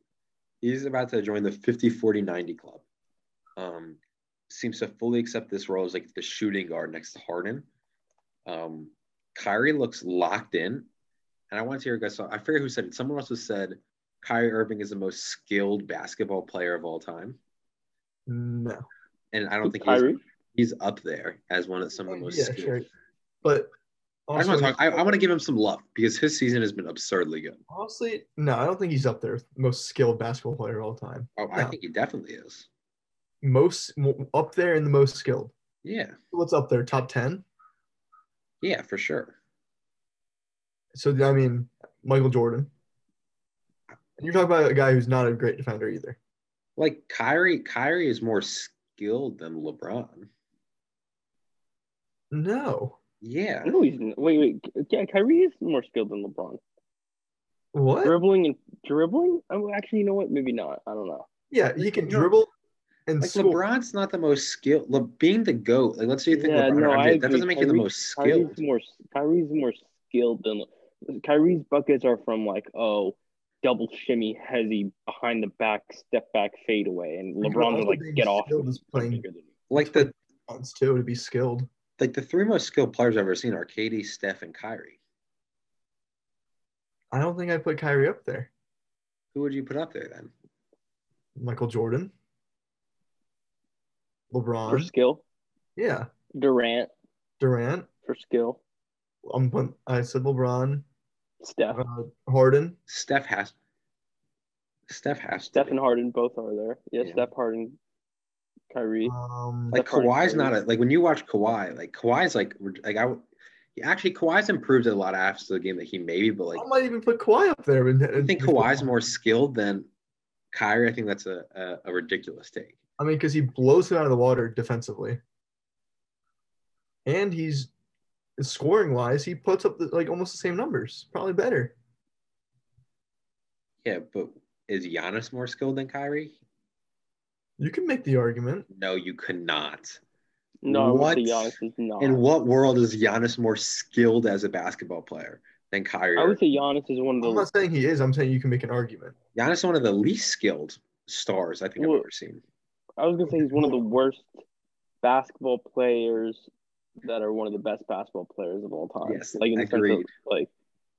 He's about to join the 50-40-90 club um, seems to fully accept this role as like the shooting guard next to Harden. Um, Kyrie looks locked in, and I want to hear you guys. So I forget who said it. Someone else has said Kyrie Irving is the most skilled basketball player of all time,
No.
and I don't think he's,
Kyrie.
he's up there as one of some of the most.
Yeah,
skilled.
sure. But
I just
also,
want to talk. I, I want to give him some love because his season has been absurdly good.
honestly, no, I don't think he's up there with most skilled basketball player of all time.
Oh, I
No.
think he definitely is.
Most up there in the most skilled.
Yeah,
What's up there? Top ten?
yeah, for sure.
So I mean, Michael Jordan. And you're talking about a guy who's not a great defender either.
Like Kyrie, Kyrie is more skilled than LeBron.
No.
Yeah,
No, he's not. wait, wait. Yeah, Kyrie is more skilled than LeBron.
What?
Dribbling and dribbling. Oh, actually, you know what? Maybe not. I don't know.
Yeah, he can
No.
dribble and
Like
score.
LeBron's not the most skilled. Le- being the goat, like let's say you think
Yeah,
LeBron,
no,
or MJ,
I
that
agree.
doesn't make you the
Kyrie-
most skilled.
Kyrie's more. Kyrie's more skilled than. Kyrie's buckets are from like oh, double shimmy, hezzy behind the back, step back, fade away, and
Like,
LeBron's
also
like
being
get off.
skilled is playing-
Bigger than you.
Like the
Wants too to be skilled.
like the three most skilled players I've ever seen are Katie, Steph, and Kyrie.
I don't think I put Kyrie up there.
Who would you put up there then?
Michael Jordan,
for
LeBron,
skill.
yeah,
Durant
Durant.
for skill.
I'm putting, I said LeBron,
Steph,
uh, Harden.
Steph has. Steph has. to
Steph
be.
and Harden both are there. Yeah,
Yeah.
Steph Harden, Kyrie.
Um,
Like
Steph Curry.
Kawhi's not a like when you watch Kawhi, like Kawhi's like re- like I would- he actually Kawhi's improved a lot after the game that he maybe, but like
I might even put Kawhi up there. and-
I
Oh
think Kawhi's more skilled than Kyrie. I think that's a a, a ridiculous take.
I mean, because he blows him out of the water defensively, and he's scoring wise, he puts up the, like almost the same numbers, probably better.
Yeah, but is Giannis more skilled than Kyrie?
You can make the argument.
No, you could not.
No,
What?
what? Giannis is not.
In what world is Giannis more skilled as a basketball player than Kyrie?
I would
Irving?
say Giannis is one of
I'm
the
not saying he is. I'm saying you can make an argument.
Giannis is one of the least skilled stars I think I've
Well-
ever seen.
I was gonna say he's one of the worst basketball players that are one of the best basketball players of all time.
Yes,
like in the sense
agreed.
of, like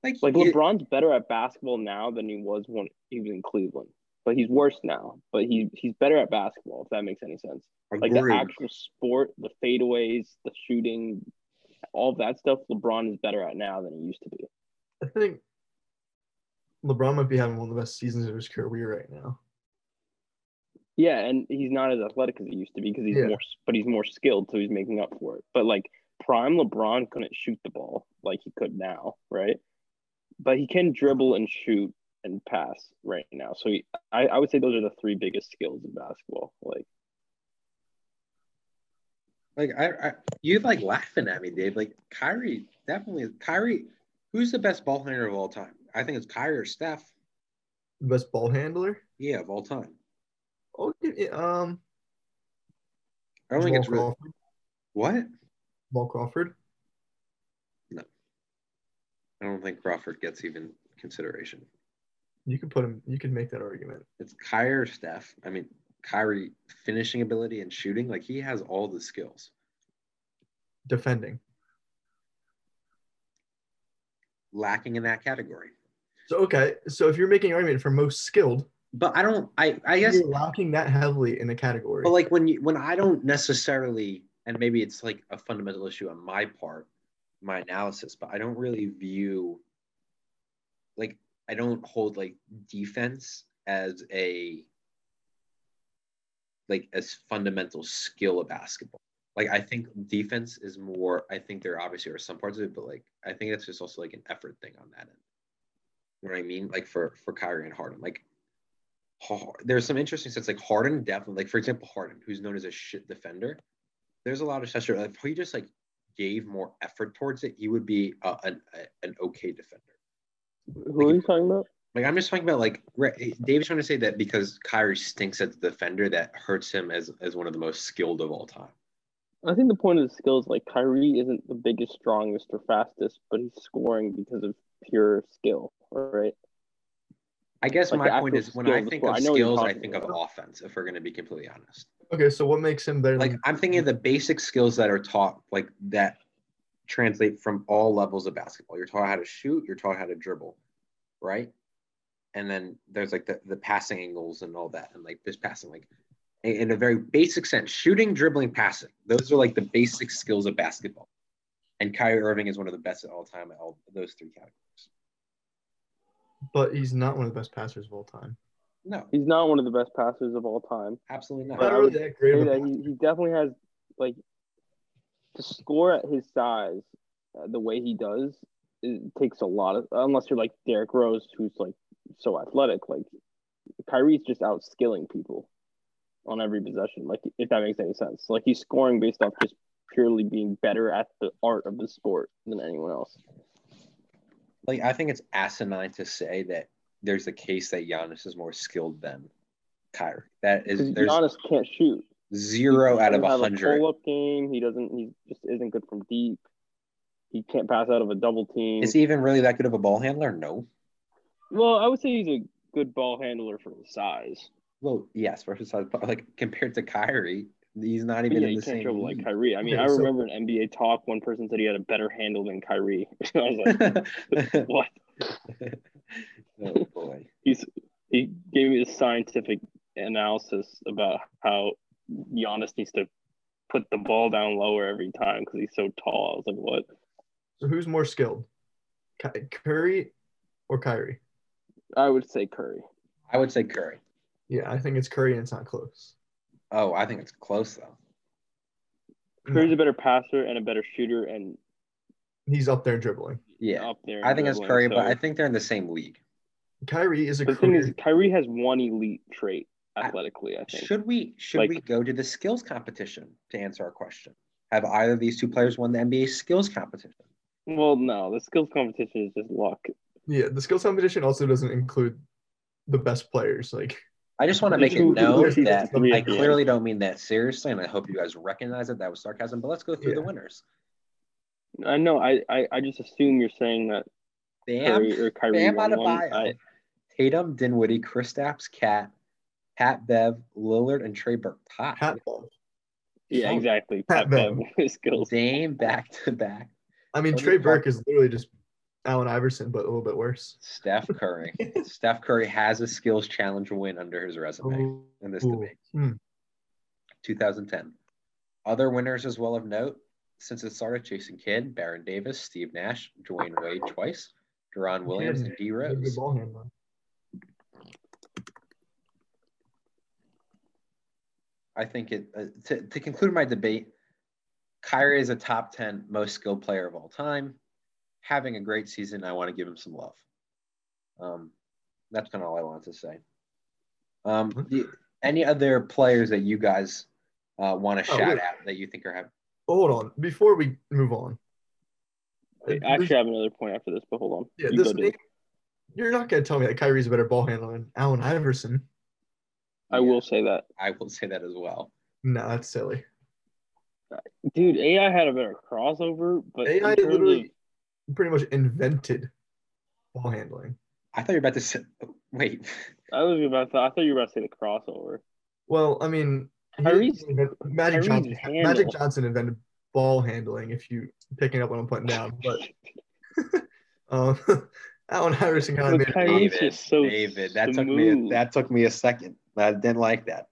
Like,
like
he-
LeBron's better at basketball now than he was when he was in Cleveland, but he's worse now. But he he's better at basketball if that makes any sense. Like the
agreed.
actual sport, the fadeaways, the shooting, all of that stuff. LeBron is better at now than he used to be.
I think LeBron might be having one of the best seasons of his career right now.
Yeah, and he's not as athletic as he used to be because he's
Yeah.
more, but he's more skilled, so he's making up for it. But like prime LeBron couldn't shoot the ball like he could now, right? But he can dribble and shoot and pass right now. So he, I, I would say those are the three biggest skills in basketball. Like
like I, I, you like laughing at me, Dave. Like Kyrie, definitely Kyrie. Who's the best ball handler of all time? I think it's Kyrie or Steph.
The best ball handler.
Yeah, of all time.
Oh, yeah, um,
I don't think
Jamal
it's really,
Crawford.
what.
Jamal Crawford.
No. I don't think Crawford gets even consideration.
You could put him. You could make that argument.
It's Kyrie or Steph. I mean, Kyrie finishing ability and shooting, like he has all the skills.
Defending.
Lacking in that category.
So okay. So if you're making an argument for most skilled,
But I don't I I guess
you're lacking that heavily in a category.
But like when you when I don't necessarily, and maybe it's like a fundamental issue on my part, my analysis, but I don't really view, like I don't hold like defense as a, like as fundamental skill of basketball. Like I think defense is more. I think there obviously are some parts of it, but like I think that's just also like an effort thing on that end. You know what I mean? Like for for Kyrie and Harden, like Har- there's some interesting sets like Harden definitely like for example Harden who's known as a shit defender. There's a lot of sets where if he just like gave more effort towards it, he would be uh, an a- an okay defender.
Who are you talking about?
Like I'm just talking about like re- Dave's trying to say that because Kyrie stinks as the defender that hurts him as as one of the most skilled of all time.
I think the point of the skill is like Kyrie isn't the biggest, strongest, or fastest, but he's scoring because of pure skill, right?
I guess
Like, the
my point
actual
is when
skill
I
of the
think
sport.
of
I know what you're
skills, I
talking
think of offense. If we're going to be completely honest.
okay. So what makes him better?
like
than,
I'm thinking of the basic skills that are taught, like that translate from all levels of basketball. You're taught how to shoot, you're taught how to dribble, right? And then there's like the, the passing angles and all that, and like this passing, like in in a very basic sense, shooting, dribbling, passing. Those are like the basic skills of basketball. And Kyrie Irving is one of the best at all time at all those three categories.
but he's not one of the best passers of all time.
No,
He's not one of the best passers of all time.
absolutely
Not
not.
I
really
would
that great of
Say
a
that
passer.
he, he definitely has like to score at his size, uh, the way he does, it takes a lot of unless you're like Derrick Rose, who's like so athletic. Like Kyrie's just out skilling people on every possession. Like if that makes any sense, like he's scoring based off just purely being better at the art of the sport than anyone else.
Like I think it's asinine to say that there's a case that Giannis is more skilled than Kyrie. That is
Because
there's
Giannis can't shoot.
zero out of
doesn't
a
have
hundred.
Pull up game. He doesn't. He just isn't good from deep. He can't pass out of a double team.
Is he even really that good of a ball handler? No.
Well, I would say he's a good ball handler for his size.
Well, yes, versus but like compared to Kyrie, he's not
But
even
yeah,
in
he
the
can't
same.
dribble like
league.
Kyrie. I mean,
Okay,
I
so-
remember an NBA talk. One person said he had a better handle than Kyrie. I was like, what?
oh boy.
He's he gave me a scientific analysis about how Giannis needs to put the ball down lower every time because he's so tall. I was like, what?
So who's more skilled, Ky- Curry or Kyrie?
I would say Curry.
I would say Curry.
Yeah, I think it's Curry, and it's not close.
Oh, I think it's close though. Hmm.
Curry's a better passer and a better shooter and
He's up there dribbling.
Yeah.
up there.
I think it's
dribbling,
Curry, but
so-
I think they're in the same league.
Kyrie is a
But the thing
career.
is, Kyrie has one elite trait athletically. I think.
Should we should
Like-
we go to the skills competition to answer our question? Have either of these two players won the NBA skills competition?
Well, no, the skills competition is just luck.
yeah, the skills competition also doesn't include the best players. Like
I just want to make it
Who- who-
known
who's the
that
three
I
at the end?
clearly don't mean that seriously, and I hope you guys recognize that that was sarcasm. But let's go through the
Yeah.
winners.
I know. I, I, I just assume you're saying that
Bam,
Curry or Kyrie
Bam
won one.
Adebayo,
I,
Tatum, Dinwiddie, Kristaps, Cat, Pat Bev, Lillard, and Trey Burke. Hot.
Pat,
yeah,
Oh,
exactly.
Pat
Pat
Bev.
Bev with skills.
Dame back to back.
I mean
Okay.
Trey Burke is literally just Allen Iverson, but a little bit worse.
Steph Curry. Steph Curry has a skills challenge win under his resume in this
Ooh.
debate.
Hmm.
2010. Other winners as well of note, since it started, Jason Kidd, Baron Davis, Steve Nash, Dwayne Wade twice, Deron Williams, and D
He's a good
Rose.
ball handler.
I think it uh, to, to conclude my debate, Kyrie is a top 10 most skilled player of all time. Having a great season, I want to give him some love. Um, that's kind of all I wanted to say. Um, the- any other players that you guys uh, want to
Oh,
shout
wait.
out that you think are having?
Hold on, before we move on.
Wait, I
this-
actually have another point after this, but hold on.
Yeah,
You go,
this
Dave.
name, you're not gonna tell me that Kyrie's a better ball handler than Allen Iverson.
I will say that,
I will say that as well.
No, that's silly.
dude. AI had a better crossover, but
AI
in terms of
literally pretty much invented ball handling.
I thought you were about to say, wait,
I was about to, I thought you were about to say the crossover.
Well, I mean, he
Tyrese-
invented- Magic
Tyrese
Johnson.
handle.
Magic Johnson invented ball handling. If you picking up what I'm putting down, but um, Allen Iverson kind of
Look,
made.
Kyrie-
it.
David, so
David, that took me
smooth.
a, that took me a second. I didn't like that.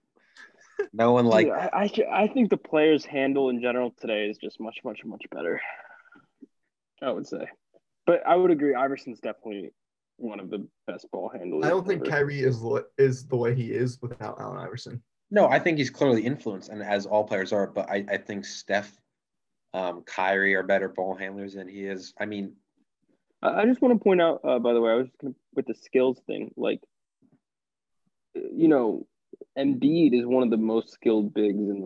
No one
Like
liked
I, I, ju- I think the players' handle in general today is just much, much, much better. I would say, but I would agree. Iverson's definitely one of the best ball handlers.
I don't think
ever.
Kyrie is lo- is the way he is without Allen Iverson.
No, I think he's clearly influenced, and as all players are. But I, I think Steph, um, Kyrie are better ball handlers than he is. I mean,
I I just want to point out, uh, by the way, I was just gonna, with the skills thing, like, uh, you know, Embiid is one of the most skilled bigs in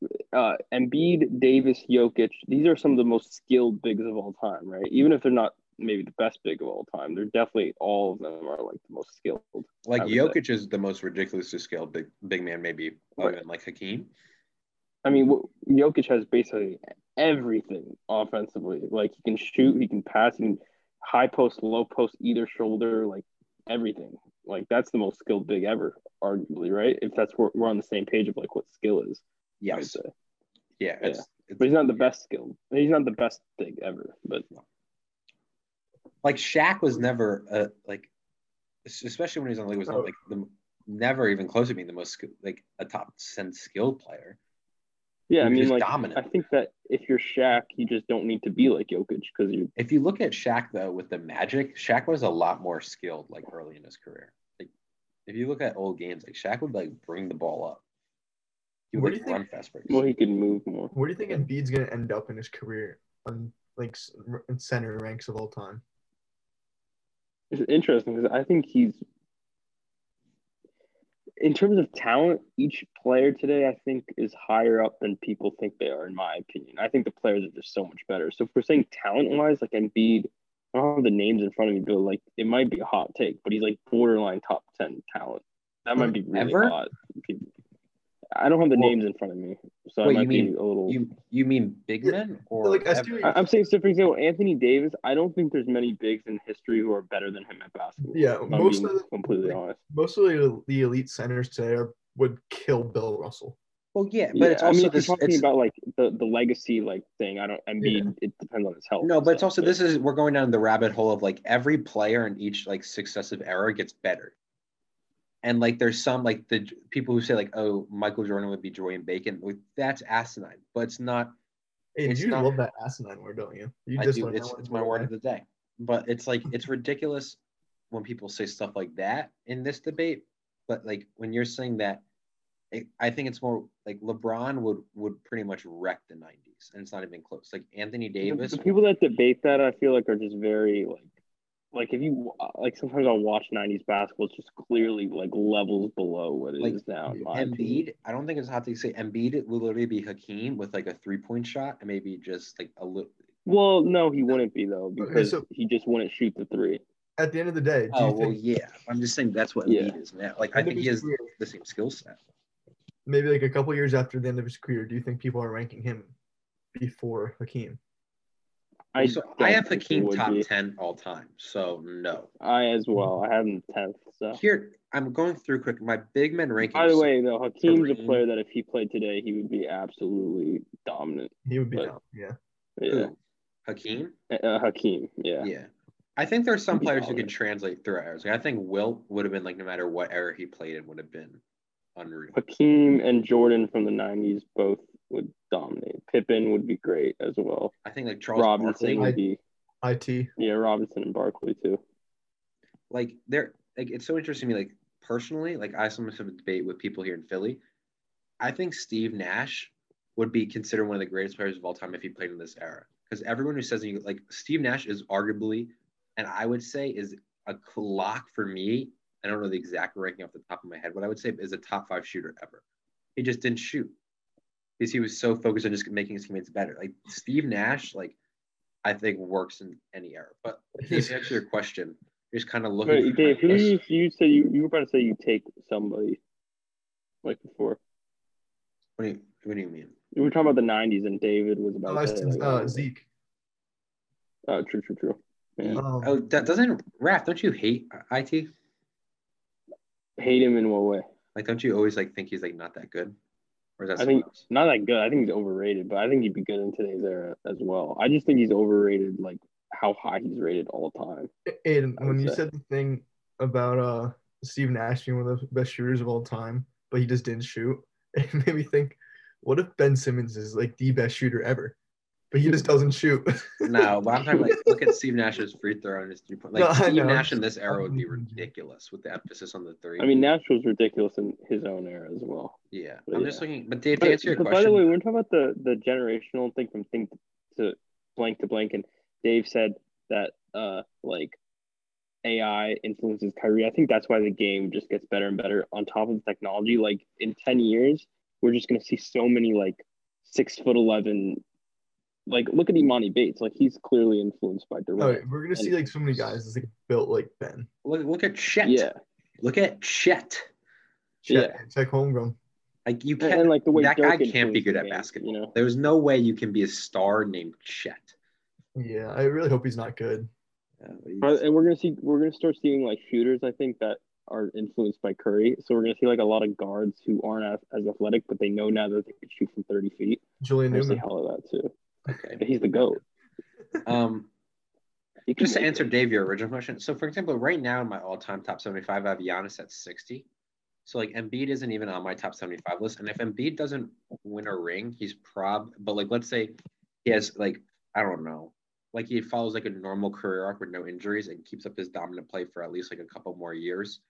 the uh, Embiid, Davis, Jokic. These are some of the most skilled bigs of all time, right? Even if they're not maybe the best big of all time, they're definitely all of them are like the most skilled.
like
I would
Jokic is the most ridiculously skilled big big man, maybe other than like Hakeem.
I mean, wh- Jokic has basically everything offensively. Like he can shoot, he can pass, he can high post, low post, either shoulder, like everything. Like that's the most skilled big ever, arguably, right? If that's where we're on the same page of like what skill is, I would
Yes,
say.
yeah,
Yeah.
it's,
But he's not the best skilled. He's not the best big ever. But
like Shaq was never uh, like, es- especially when he was on the league,
Oh.
was not like the never even close to being the most sk- like a top ten skilled player.
yeah, I
He was
mean,
just
like
dominant.
I think that if you're Shaq, you just don't need to be like Jokic because you.
If you look at Shaq though with the Magic, Shaq was a lot more skilled like early in his career. Like if you look at old games, like Shaq would like bring the ball up. He would
What do
like,
you
run
think-
fast breaks.
Well, he can move more.
Where do you think Embiid's gonna end up in his career on like s- in center ranks of all time?
It's interesting because I think he's, in terms of talent, each player today I think is higher up than people think they are. In my opinion, I think the players are just so much better. So if we're saying talent wise, like Embiid, I don't have the names in front of me, but like it might be a hot take, but he's like borderline top ten talent. That might be really
Ever?
hot. I don't have the
Well-
names in front of me, so I
Wait, you
might be
mean-
a little.
You you mean big
Yeah,
men or
Like I see
ev-
what
I-
you're-
I'm saying, so for example, Anthony Davis. I don't think there's many bigs in history who are better than him at basketball.
Yeah,
if I'm
most
being
of the,
completely
like,
honest.
mostly the elite centers today are, would kill Bill Russell.
well yeah, but
Yeah,
it's
I mean,
also
if you're
this
talking
it's,
about like the, the legacy like thing. I don't Embiid. It depends on his health.
no,
and
but it's
stuff,
also this is we're going down the rabbit hole of like every player in each like successive era gets better. And like there's some like the j- people who say like oh Michael Jordan would be Joy Bacon, like, that's asinine, but it's not
Hey,
It's
you
not-
love that asinine word, don't you? You
I
just
do.
learned that
It's,
one
it's my
today.
word of the day. But it's like it's ridiculous when people say stuff like that in this debate. But like when you're saying that, it, I think it's more like LeBron would would pretty much wreck the '90s, and it's not even close. Like Anthony
The-
Davis,
The people that debate that, I feel like, are just very like, like if you like, sometimes I'll watch '90s basketball. It's just clearly like levels below what it is
Like,
now. in my opinion.
Embiid. I don't think it's hot to say Embiid will literally be Hakeem with like a three-point shot and maybe just like a little.
Well, no, he wouldn't be though
Okay,
because
so-
he just wouldn't shoot the three.
At the end of the day, do
Oh
you
well,
think
yeah. I'm just saying that's what
Yeah.
Embiid is now. Like
at
I
the end
think
of
he
his
has
career,
the same skill set.
maybe like a couple years after the end of his career, do you think people are ranking him before Hakeem?
I
so
don't
I have
think he
Hakeem
would
top
be.
ten all time. So no.
I as well. I have him tenth. So
Here, I'm going through quick my big men rankings.
by the way, though, Hakeem's a
Kareem.
player that if he played today, he would be absolutely dominant.
He would be
But-
down. Yeah.
Yeah,
who? Hakeem.
uh, Hakeem. Yeah.
Yeah. I think there's some
Be
players who
solid.
can translate through errors. Like, I think Wilt would have been like no matter what era he played in would have been unreal.
Hakeem and Jordan from the '90s both would dominate. Pippen would be great as well.
I think like Charles
Robinson
Barkley,
would be
It.
yeah. Robinson and Barkley too.
like they're like it's so interesting to me. Like personally, like I sometimes have a debate with people here in Philly. I think Steve Nash would be considered one of the greatest players of all time if he played in this era. Because everyone who says he, like Steve Nash is arguably, and I would say is a clock for me. I don't know the exact ranking off the top of my head. What I would say is a top five shooter ever. He just didn't shoot because he was so focused on just making his teammates better. Like Steve Nash, like I think works in any era. But to answer your question, you're just kind of looking.
Wait,
through my
Dave, who
list.
you, you said you, you were about to say you take somebody like before?
What do you, what do you mean? uh,
We were talking about the '90s, and David was about
No, I
to say
said,
like,
uh, Zeke.
Oh, true, true, true. Yeah.
Um,
Oh, that doesn't Raph, don't you hate IT?
Hate him in what way?
Like, don't you always like think he's like not that good? Or is that
I
someone
think-
else?
Not that good. I think he's overrated, but I think he'd be good in today's era as well. I just think he's overrated, like how high he's rated all the time.
Aiden,
I would
when you
say.
said the thing about uh Steve Nash being one of the best shooters of all time, but he just didn't shoot, it made me think, what if Ben Simmons is like the best shooter ever, but he just doesn't shoot?
No, but I'm talking like look at Steve Nash's free throw and his three point. Like
No, I
Steve
know.
Nash in this era would be
Mhm.
ridiculous with the emphasis on the three.
I mean, Nash was ridiculous in his own era as well.
yeah.
but
I'm
yeah.
just looking, but Dave, to
But-
answer your
but
question,
by the way, we're talking about the the generational thing from think to blank to blank, and Dave said that uh like AI influences Kyrie. I think that's why the game just gets better and better on top of technology. Like in ten years, we're just gonna see so many like six foot eleven. Like look at Imani Bates. Like he's clearly influenced by
No,
Durant.
we're gonna see like so many guys that's like built like Ben.
look, look at Chet.
yeah,
Look at Chet.
Check, check homegrown.
Like you
and,
can't.
and, like the way
that
Dirk
guy can't be
influenced
good
the
at
game,
basketball.
You know,
There's no way you can be a star named Chet.
Yeah, I really hope he's not good.
Uh, he's-
But- and we're gonna see we're gonna start seeing like shooters i think that are influenced by curry so we're gonna see like a lot of guards who aren't as, as athletic but they know now that they can shoot from 30 feet
Julian
there's the
Newman.
hell of that too
okay.
but he's the goat
Um,
He can
just to
make
answer
it.
Dave your original question. So, for example, right now in my all-time top 75, I have Giannis at 60. So, like Embiid isn't even on my top 75 list. And if Embiid doesn't win a ring, he's prob. But like, let's say he has like I don't know, like he follows like a normal career arc with no injuries and keeps up his dominant play for at least like a couple more years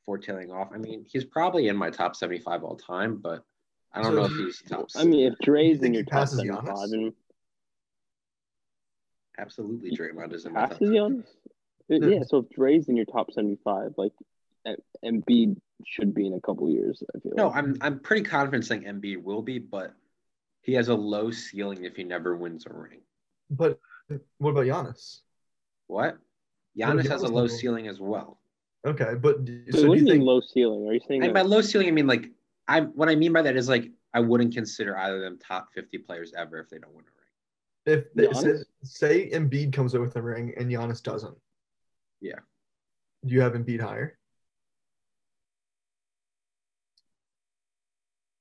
before tailing off. I mean, he's probably in my top 75 all time, but I don't
So
know if
do you-
he's top.
i mean if dre's in
think
your
he
top
passes
75
Giannis?
and
absolutely Draymond is in my top.
passes Giannis,
No.
yeah so if dre's in your top 75 like and Embiid should be in a couple years i feel
No,
like.
I'm I'm pretty confident saying Embiid will be, but he has a low ceiling if he never wins a ring.
But what about Giannis?
What?
if
Giannis has a
Giannis
low
doesn't win?
ceiling as well.
Okay, but do-
Wait,
so
what do
do you
you mean
think?
low ceiling are you saying
And
that,
by low ceiling, I mean like I what I mean by that is like I wouldn't consider either of them top 50 players ever if they don't win a ring.
If they, say,
Giannis?
say Embiid comes in with a ring and Giannis doesn't,
Yeah.
do you have Embiid higher?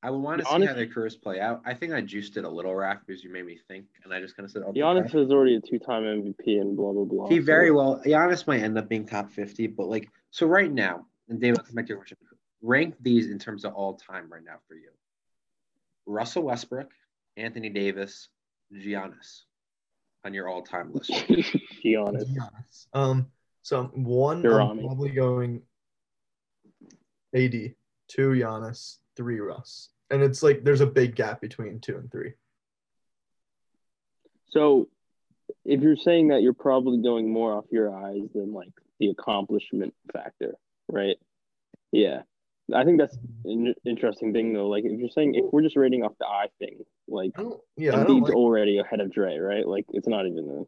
I would want to see
Giannis-
how their careers play out. I think I juiced it a little, Raph, because you made me think, and I just kind of said, "Oh, okay,
Giannis is already a two-time MVP and blah blah blah.
He
so-
very well. Giannis might end up being top fifty, but like so right now, and David, let's make your question. Rank these in terms of all time right now for you: Russell Westbrook, Anthony Davis, Giannis, on your all-time list.
Giannis.
Giannis. Um, so one, I'm
Durrani.
probably going AD, two Giannis, three Russ, and it's like there's a big gap between two and three.
So, if you're saying that you're probably going more off your eyes than like the accomplishment factor, right? Yeah, I think that's an interesting thing though. Like, if you're saying if we're just rating off the eye thing, like
I don't, yeah, I don't
Embiid's
like,
already ahead of Dre, right? Like, it's not even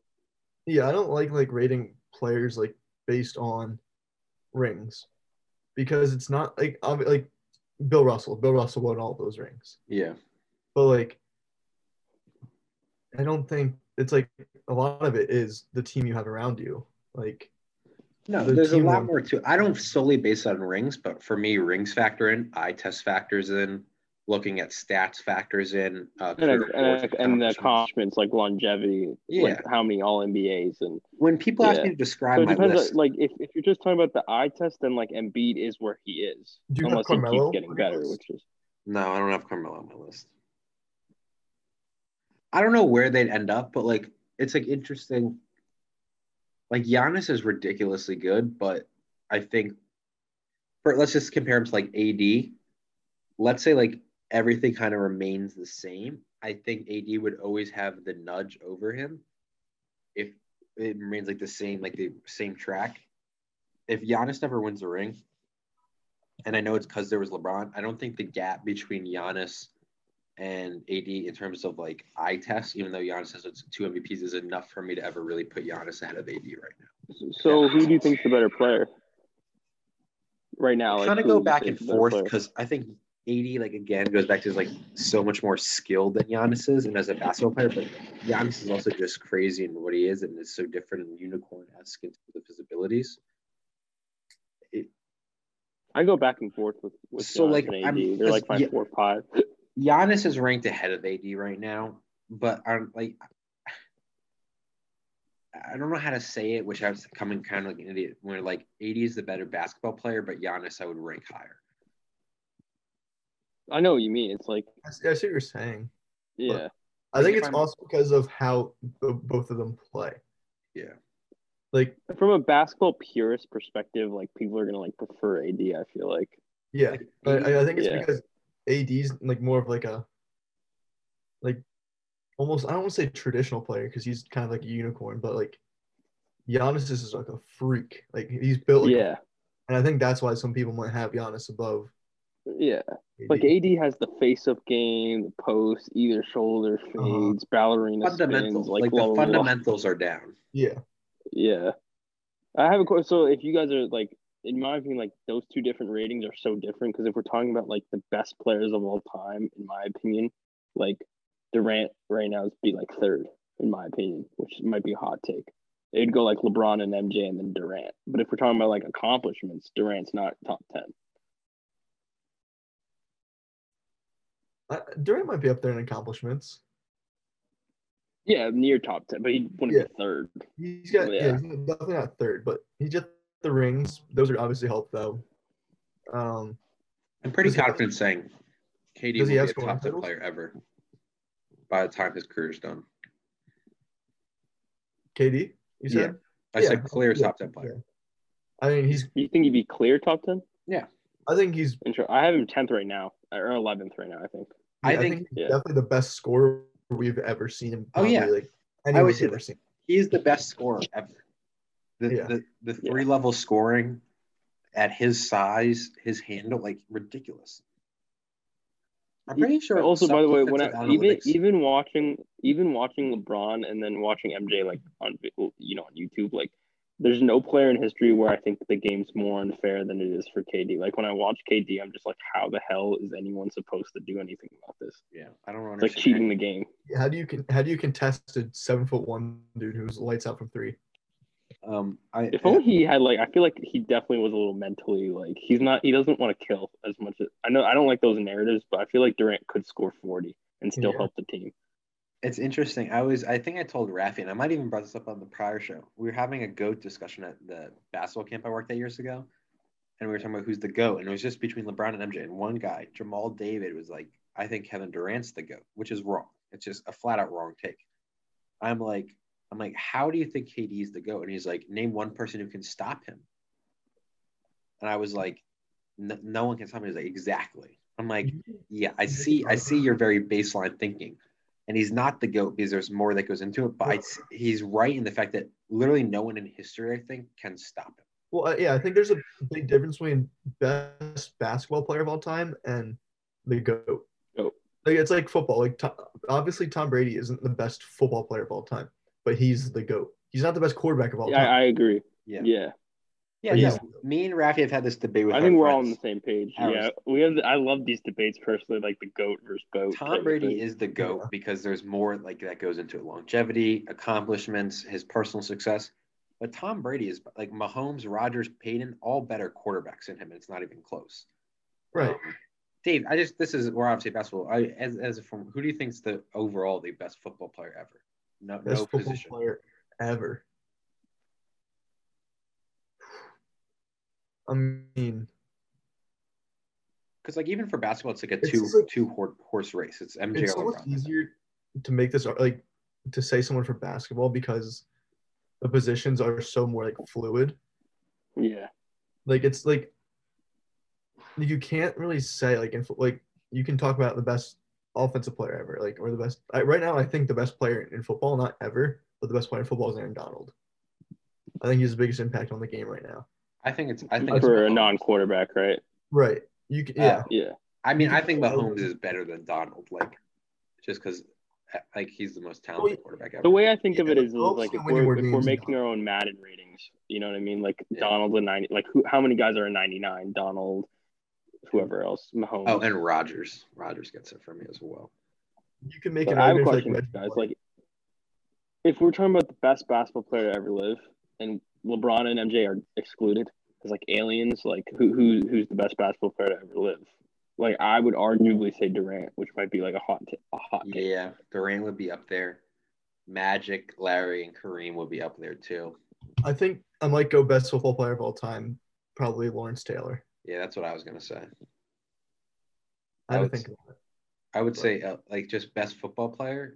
yeah, I don't like like rating players like based on rings because it's not like obvi- like Bill Russell. Bill Russell won all those rings.
Yeah,
but like i don't think it's like a lot of it is the team you have around you like
no,
The
there's a
team
lot
one.
more to. it. I don't solely base it on rings, but for me, rings factor in, eye test factors in, looking at stats factors in, uh,
a, and,
career
and,
force
and the
accomplishments.
accomplishments like longevity,
Yeah.
like how many All NBAs and
When people ask
Yeah.
me to describe
so it
my
depends.
list,
On, like, if, if you're just talking about the eye test, then like Embiid is where he is,
Do you have
unless he keeps
Carmelo on
getting
your
better,
list?
which is
No, I don't have Carmelo on my list. I don't know where they'd end up, but like it's like interesting. Like Giannis is ridiculously good, but I think for let's just compare him to like AD. Let's say like everything kind of remains the same. I think AD would always have the nudge over him if it remains like the same, like the same track. If Giannis never wins a ring, and I know it's because there was LeBron. I don't think the gap between Giannis and AD in terms of like eye test, even though Giannis has two MVPs, is enough for me to ever really put Giannis ahead of AD right now.
So who do you think's the better player right now?
I
like,
kind of
who
go
would you
back
say
and
is the better
forth
player?
because I think 80, like again, goes back to is like so much more skilled than Giannis is and as a basketball player. But Giannis is also just crazy in what he is and is so different and unicorn esque in terms of his abilities.
I go back and forth with, with
So,
Giannis
like,
and
I'm-
AD. They're like my
yeah.
four or five.
Giannis is ranked ahead of AD right now, but I'm like, I don't know how to say it, which I was coming kind of like an idiot. Where like AD is the better basketball player, but Giannis I would rank higher.
I know what you mean. It's like
I see, I see what you're saying.
yeah,
I
Like,
think
if
it's
I'm-
also because of how b- both of them play.
Yeah.
Like,
from a basketball purist perspective, like people are gonna like prefer AD. I feel like
yeah, but uh, I, I think it's
Yeah.
because AD's like more of like a, like, almost I don't want to say traditional player because he's kind of like a unicorn, but like, Giannis is like a freak. Like he's built. Like,
yeah,
And I think that's why some people might have Giannis above.
yeah.
AD.
Like AD has the face-up game, the post, either shoulder fades,
Uh-huh.
ballerina
Fundamentals,
spins, like,
like,
blah,
the
blah, blah.
fundamentals are down.
yeah.
Yeah, I have a question. So if you guys are like, in my opinion, like those two different ratings are so different because if we're talking about like the best players of all time, in my opinion, like Durant right now is be like third, in my opinion, which might be a hot take. It'd go like LeBron and MJ and then Durant. But if we're talking about like accomplishments, Durant's not top ten.
Uh, Durant might be up there in accomplishments.
Yeah, near top ten, but he wouldn't
Yeah.
be third.
He's got yeah.
Yeah.
he's definitely not third, but he's got the rings. Those are obviously helped though. Um,
I'm pretty
Does he-
confident saying KD will
Does he
be a
have
top
scoring
10
titles?
player ever by the time his career's done.
KD, you said.
I
Yeah.
said clear
Yeah.
top 10 player.
I mean, he's.
You think he'd be clear top ten?
I think he's.
Intro. I have him tenth right now, or eleventh right now. I think.
I
I, think,
think-
he's
yeah.
definitely the best scorer we've ever seen him.
Oh, yeah.
Like
I always
anyone's
say
ever
that.
seen.
He's the best scorer ever. The,
Yeah.
the, the
Yeah.
three level scoring at his size, his handle, like ridiculous. I'm pretty sure.
also, by
some
the way, when I,
defensive
even
analytics-
even watching even watching LeBron and then watching MJ like on you know on YouTube, like there's no player in history where I think the game's more unfair than it is for KD. Like when I watch KD, I'm just like, how the hell is anyone supposed to do anything about this?
yeah, I don't
It's like
understand.
cheating the game.
How do you can how do you contest a seven foot one dude who's lights out from three?
Um, I,
If only he had like, I feel like he definitely was a little mentally like he's not he doesn't want to kill as much as I know I don't like those narratives, but I feel like Durant could score 40 and still
Yeah.
help the team.
It's interesting. I was I think I told Rafi, and I might even brought this up on the prior show. We were having a goat discussion at the basketball camp I worked at years ago, and we were talking about who's the goat, and it was just between LeBron and MJ. And one guy, Jamal David, was like, "I think Kevin Durant's the goat," which is wrong. It's just a flat out wrong take. I'm like, I'm like, how do you think KD's the goat? And he's like, name one person who can stop him. And I was like, no, no one can stop him. He's like, exactly. I'm like, yeah, I see, I see your very baseline thinking. And he's not the goat because there's more that goes into it. But I, he's right in the fact that literally no one in history, I think, can stop him.
Well, I- yeah, I think there's a big difference between best basketball player of all time and the goat.
Goat.
Like it's like football. Like Tom, obviously Tom Brady isn't the best football player of all time, but he's the goat. He's not the best quarterback of all
Yeah,
time.
I, I agree.
Yeah,
yeah.
yeah.
But
yeah.
he's-
Me and Rafi have had this debate with.
I
our
think we're all on
friends.
the same page.
Ours.
Yeah, we have. The, I love these debates personally, like the goat versus goat.
Tom Brady is the goat
Yeah.
because there's more like that goes into it: longevity, accomplishments, his personal success. But Tom Brady is like Mahomes, Rogers, Payton, all better quarterbacks than him, and it's not even close.
right.
Um, Dave, I just this is we're obviously basketball. I as as a form, who do you think's the overall the best football player ever? No,
Best
no
football
position.
player ever. I mean,
Because like even for basketball, it's like a
It's
two
just like-
two hor- horse race. It's MJ
it's so
or
much
LeBron.
easier to make this like to say someone for basketball because the positions are so more like fluid.
Yeah,
Like it's like you can't really say like in, like you can talk about the best offensive player ever, like or the best I, right now. I think the best player in football, not ever, but the best player in football is Aaron Donald. I think he's the biggest impact on the game right now.
I think it's I think
for a
Mahomes.
non-quarterback, right?
Right. You can,
Uh,
yeah.
Yeah,
I mean, I think
Yeah.
Mahomes is better than Donald, like just because like he's the most talented quarterback ever.
the way I think of
Yeah,
it is, is
Mahomes
like
can
if
win you
we're,
more
if we're
games
making
now.
our own Madden ratings, you know what I mean? Like
Yeah.
Donald a ninety, like who, how many guys are a ninety-nine? Donald, whoever else, Mahomes.
Oh, and Rogers. Rogers ggets it for me as well.
You can make
But
an
I have a
argument
question,
for,
for you guys. Like, if we're talking about the best basketball player to ever live, and LeBron and MJ are excluded as like aliens, like who who who's the best basketball player to ever live? Like, I would arguably say Durant, which might be like a hot t- a hot take.
Yeah, Durant would be up there. Magic, Larry, and Kareem would be up there too.
I think I might go best football player of all time, probably Lawrence Taylor.
Yeah, that's what I was gonna say.
I
I
had to
would
think about
I would say uh, like just best football player,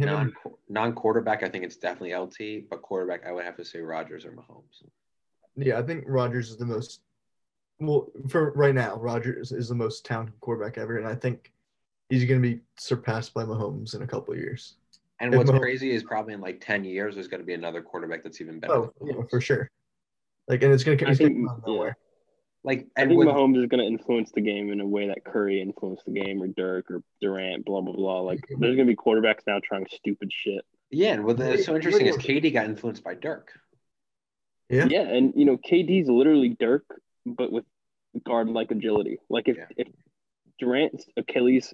it. Him
non
and,
non quarterback. I think it's definitely LT, but quarterback, I would have to say Rogers or Mahomes.
yeah, I think Rodgers is the most. Well, for right now, Rodgers is the most talented quarterback ever, and I think he's going to be surpassed by Mahomes in a couple of years.
And
If
what's
Mahomes-
crazy is probably in like ten years, there's gonna be another quarterback that's even better.
Oh,
than
yeah,
Mahomes.
for sure. Like, and it's going to
I
come
think-
out of nowhere.
Like,
I
and
think
with-
Mahomes is going to influence the game in a way that Curry influenced the game, or Dirk, or Durant, blah blah blah. Like, there's going to be quarterbacks now trying stupid shit.
yeah, and what that's so
Wait,
interesting
wait,
is
wait.
Katie got influenced by Dirk.
Yeah.
Yeah, and you know, KD's literally Dirk, but with guard like agility. Like if,
Yeah.
if Durant's Achilles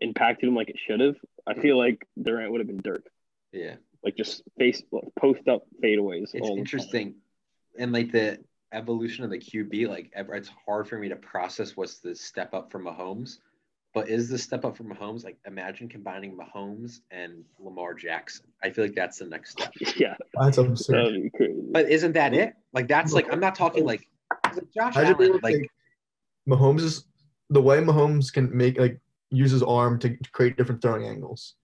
impacted him like it should have, I feel like Durant would have been Dirk.
Yeah.
Like just face like, post up fadeaways.
it's
all the time.
interesting and like the evolution of the qb like ev- it's hard for me to process what's the step up from mahomes but is the step up from mahomes like imagine combining mahomes and lamar jackson i feel like that's the next step
Yeah,
That's
that
absurd.
would be crazy.
but isn't that it like that's like i'm not talking like, like josh
I just
allen
think
like
Mahomes is the way Mahomes can make like use his arm to create different throwing angles.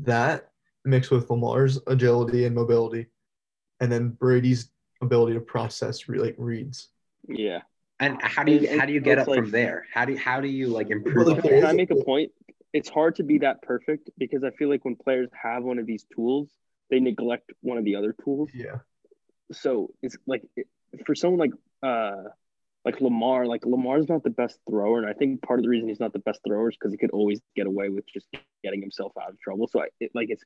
That mixed with Lamar's agility and mobility, and then Brady's ability to process re- like reads.
yeah.
and how do you
and
how do you get
it's
up
like-
from there how do you how do you like improve
Well,
on
like,
that?
Can
there
I
is-
make a point? It's hard to be that perfect because I feel like when players have one of these tools, they neglect one of the other tools.
Yeah,
so it's like it, for someone like uh like Lamar, like Lamar's not the best thrower, and I think part of the reason he's not the best thrower is because he could always get away with just getting himself out of trouble. So I it, like it's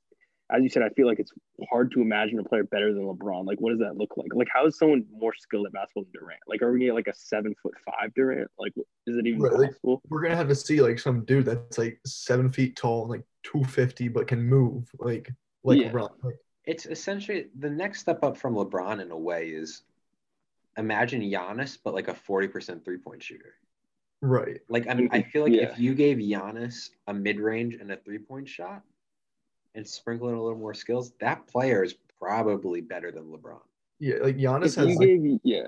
as you said, I feel like it's hard to imagine a player better than LeBron. Like, what does that look like? Like, how is someone more skilled at basketball than Durant? Like, are we gonna get like a seven foot five Durant? Like, is it even
Right, like-
possible?
we're gonna have to see like some dude that's like seven feet tall and like two fifty, but can move like like
Yeah.
LeBron. Like,
it's essentially the next step up from lebron in a way is imagine Giannis, but like a 40% three point shooter
right.
Like I mean, I feel like
Yeah.
if you gave Giannis a mid range and a three point shot, and sprinkle in a little more skills, that player is probably better than LeBron.
Yeah, like Giannis
If
has
you
like,
gave, yeah,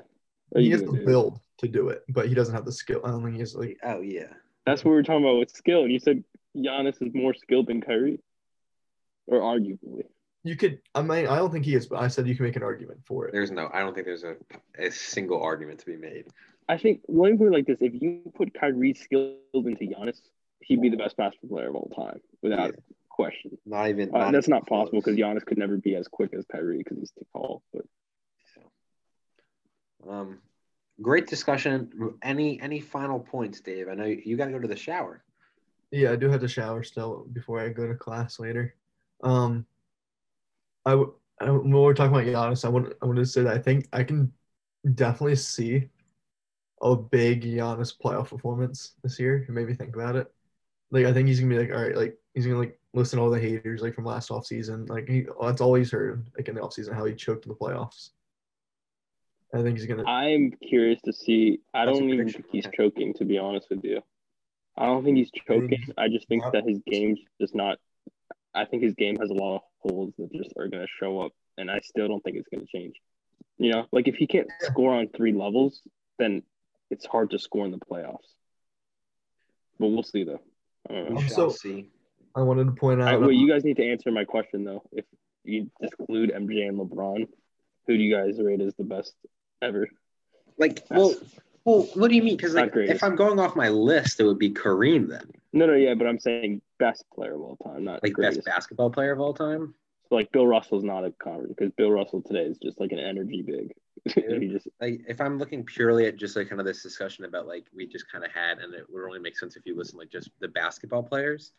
Are
he
you
has
gonna
the
do it?
build to do it, but he doesn't have the skill. I don't think he's like
Oh yeah,
That's what we were talking about with skill, and you said Giannis is more skilled than Kyrie, or arguably.
you could. I mean, I don't think he is, but I said you can make an argument for it.
there's no. I don't think there's a a single argument to be made.
I think let me put it like this: if you put Kyrie's skilled into Giannis, he'd be the best basketball player of all time, without question.
Not even.
Uh, that's
even
not possible
close.
because Giannis could never be as quick as Kyrie because he's too tall. But
Um, great discussion. Any any final points, Dave? I know you, got to go to the shower.
Yeah, I do have to shower still before I go to class later. Um, I, w- I when we're talking about Giannis, I want I wanted to say that I think I can definitely see a big Giannis playoff performance this year. It made me think about it. Like I think he's gonna be like, all right, like he's gonna like listen to all the haters like from last offseason. Like he, that's all he's heard like in the offseason how he choked in the playoffs. I think he's gonna.
I'm curious to see. I
That's a
don't even
prediction.
think he's
Okay. Hmm.
choking, to be honest with you. I don't think he's choking. I just think
Yeah.
that his game's just not. I think his game has a lot of holes that just are going to show up, and I still don't think it's going to change. You know, like if he can't
Yeah.
score on three levels, then it's hard to score in the playoffs. But we'll see, though. I don't know.
We
I'm
shall
so-
see.
I wanted to point out.
I, wait, you guys need to answer my question though. If you exclude MJ and LeBron, who do you guys rate as the best ever?
Like, well, well, what do you mean? Because
Not
like,
great.
if I'm going off my list, it would be Kareem then,
No, no, yeah, but I'm saying best player of all time, not
like
greatest.
best basketball player of all time.
Like Bill Russell's not a convert because Bill Russell today is just like an energy big. he just
like if I'm looking purely at just like kind of this discussion about like we just kind of had, and it would only make sense if you listen like just the basketball players,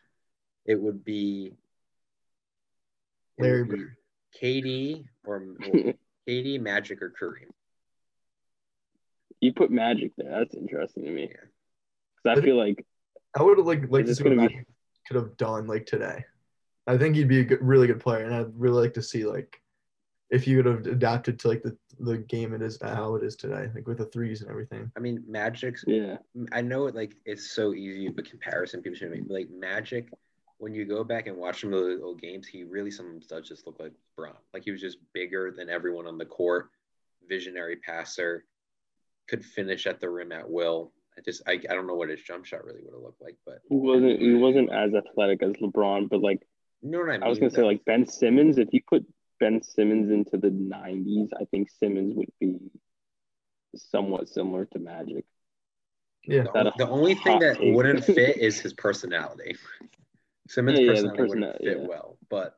it would be it
Larry
would be
Bird.
KD or KD, Magic, or Kareem.
you put magic there. That's interesting to me. I feel like
I would have like liked to
It's
see what
gonna be-
Magic could have done like today. I think he'd be a good, really good player, and I'd really like to see like if he would have adapted to like the, the game it is how it is today, like with the threes and everything.
I mean, Magic's
yeah.
I know it like it's so easy of a comparison people should make. but, Like Magic, when you go back and watch some of the old games, he really sometimes does just look like Braun. Like he was just bigger than everyone on the court, visionary passer, could finish at the rim at will. I just I, I don't know what his jump shot really would have looked like, but
He wasn't he wasn't as athletic as LeBron, but like
you know what I mean.
I was gonna say
though?
like Ben Simmons. If you put Ben Simmons into the '90s, I think Simmons would be somewhat similar to Magic.
Yeah,
the, only- the only thing
hot
that
take.
wouldn't fit is his personality. Simmons'
Yeah, yeah, the
personality wouldn't
personality,
fit
yeah.
well, but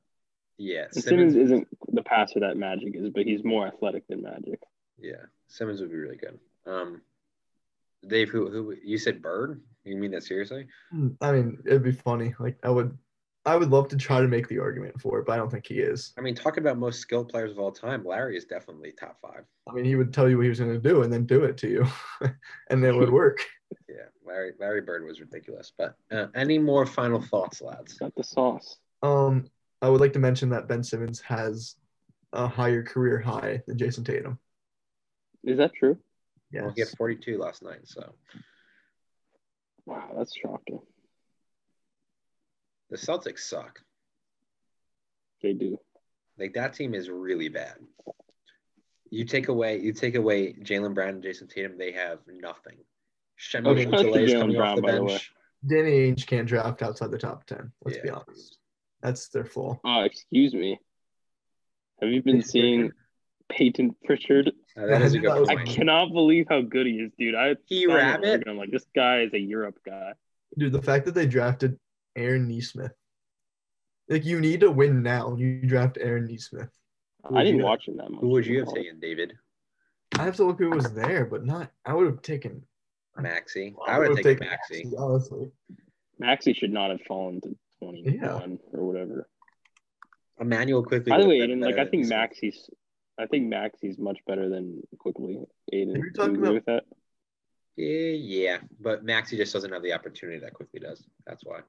yeah,
And
Simmons
Simmons isn't the passer that Magic is, but he's more athletic than Magic.
Yeah, Simmons would be really good. Um, Dave, who who you said Bird? You mean that seriously?
Mm, I mean it'd be funny. Like I would, I would love to try to make the argument for it, but I don't think he is.
I mean, talk about most skilled players of all time. Larry is definitely top five.
I mean, he would tell you what he was going to do and then do it to you, and it would work.
Yeah, Larry Larry Bird was ridiculous. But uh, any more final thoughts, lads?
Got the sauce.
Um, I would like to mention that Ben Simmons has a higher career high than Jason Tatum.
Is that true?
Yes.
Well, he had 42 last night, so
Wow, that's shocking.
the Celtics suck.
They do.
Like that team is really bad. You take away you take away Jalen Brown and Jason Tatum, they have nothing. Shemi
Okay, that's
Ojale is
Jalen
coming off
Brown,
the
by the way.
bench.
Danny Ainge can't draft outside the top ten. Let's be
Yeah.
honest. That's their flaw.
Oh, excuse me. Have you been seeing Peyton Pritchard?
Uh, that is a good
I
point.
cannot believe how good he is, dude. I
He
saw him at
rabbit?
Oregon, I'm like, this guy is a Europe guy.
Dude, the fact that they drafted Aaron Neesmith. Like you need to win now. You draft Aaron Neesmith. Who
I
would
didn't
you-
watch him that much.
Who would you have taken, David?
I have to look who was there, but not I would have taken
Maxi. I would have taken Maxi.
honestly.
Maxi should not have fallen to 21 or whatever.
Emmanuel quickly.
By the
would
way,
have been
Aiden, like
better
I think
than-
Maxi's, I think Maxi's much better than quickly. Aiden,
Are you
do you
talking
agree
about-
with that?
Yeah, Eh, yeah, but Maxi just doesn't have the opportunity that quickly does. That's why.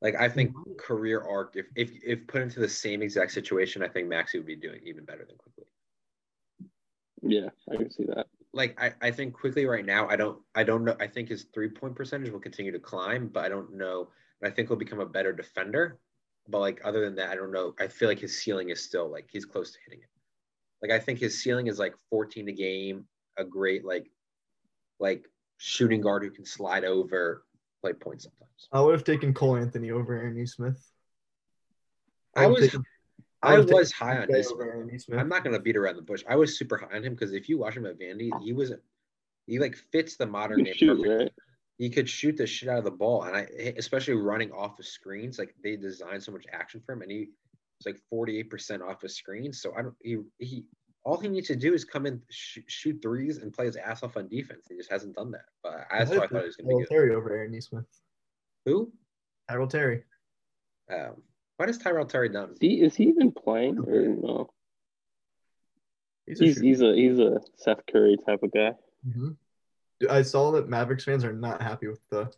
Like I think career arc, if if if put into the same exact situation, I think Maxi would be doing even better than quickly.
Yeah, I can see that.
Like I, I think quickly right now, I don't I don't know. I think his three point percentage will continue to climb, but I don't know. And I think he'll become a better defender. But like other than that, I don't know. I feel like his ceiling is still like he's close to hitting it. Like I think his ceiling is like 14 a game, a great like like shooting guard who can slide over play point sometimes.
I would have taken Cole Anthony over Aaron Neesmith.
I
would
was-
have taken-
I
would have
was
taken
high on
Shea
this.
over Aaron Neesmith.
I'm not gonna beat around the bush. I was super high on him because if you watch him at Vandy, he was he like fits the modern
You
game
shoot,
perfectly.
right?
he could shoot the shit out of the ball, and I eh, especially running off of screens, like they designed so much action for him, and he was like forty eight percent off of screens. So I don't he he all he needs to do is come in sh- shoot threes and play his ass off on defense. He just hasn't done that, but I- that's why I thought he was gonna be
Tyrell
good.
Terry over Aaron Neesmith.
Who?
Tyrell Terry.
Um, why does Tyrell Terry done?
Is he, is he even playing or no?
He's a
He's
shooter.
he's a he's a Seth Curry type of guy.
Mhm. Dude, I saw that Mavericks fans are not happy with the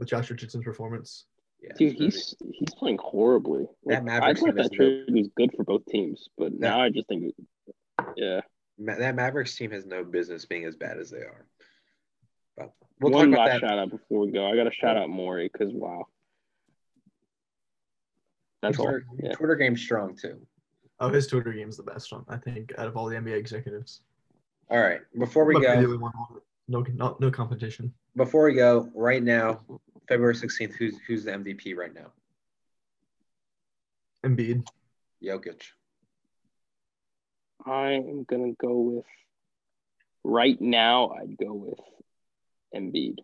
with Josh Richardson's performance.
Yeah,
Dude,
it's gonna be-
he's he's playing horribly.
That
I
Mavericks
thought
team is
that trade was good for both teams, but now I just think, yeah,
Ma- that Mavericks team has no business being as bad as they are. But we'll
one
talk about
last
that.
shout out before we go. I got to shout out Maury because wow, that's all.
Twitter,
Yeah.
Twitter game strong too.
Oh, his Twitter game's the best one, I think, out of all the NBA executives.
All right, before we
Might be
go.
the only one on it. No, not, no competition.
before we go, right now, February 16th, who's who's the MVP right now?
Embiid.
Jokic.
I am gonna go with right now. I'd go with Embiid.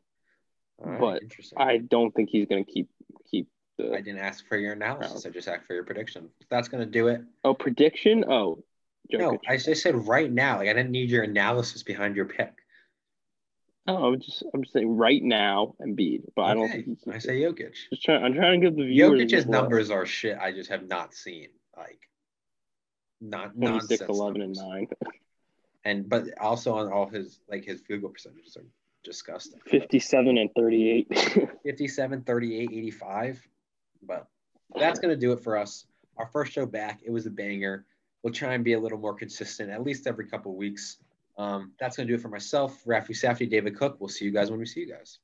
All right,
But
interesting.
I don't think he's gonna keep keep
I
the
didn't ask for your analysis. I just asked for your prediction. That's gonna do it.
oh prediction. Oh,
No,
Jokic.
I just said right now. Like I didn't need your analysis behind your pick.
Oh, I'm just I'm just saying right now Embiid, but I don't
Okay,
think he keeps
I
it.
say Jokic.
Just trying. I'm trying to give the viewers.
Jokic's
a little-
numbers are shit. I just have not seen like not
26,
nonsense
11, and
numbers.
nine.
and but also on all his like his field goal percentages are disgusting. But
57 and 38.
57, 38, 85. But that's going to do it for us. Our first show back, it was a banger. We'll try and be a little more consistent, at least every couple of weeks. Um, that's going to do it for myself, Rafi Safety, David Cook. We'll see you guys when we see you guys.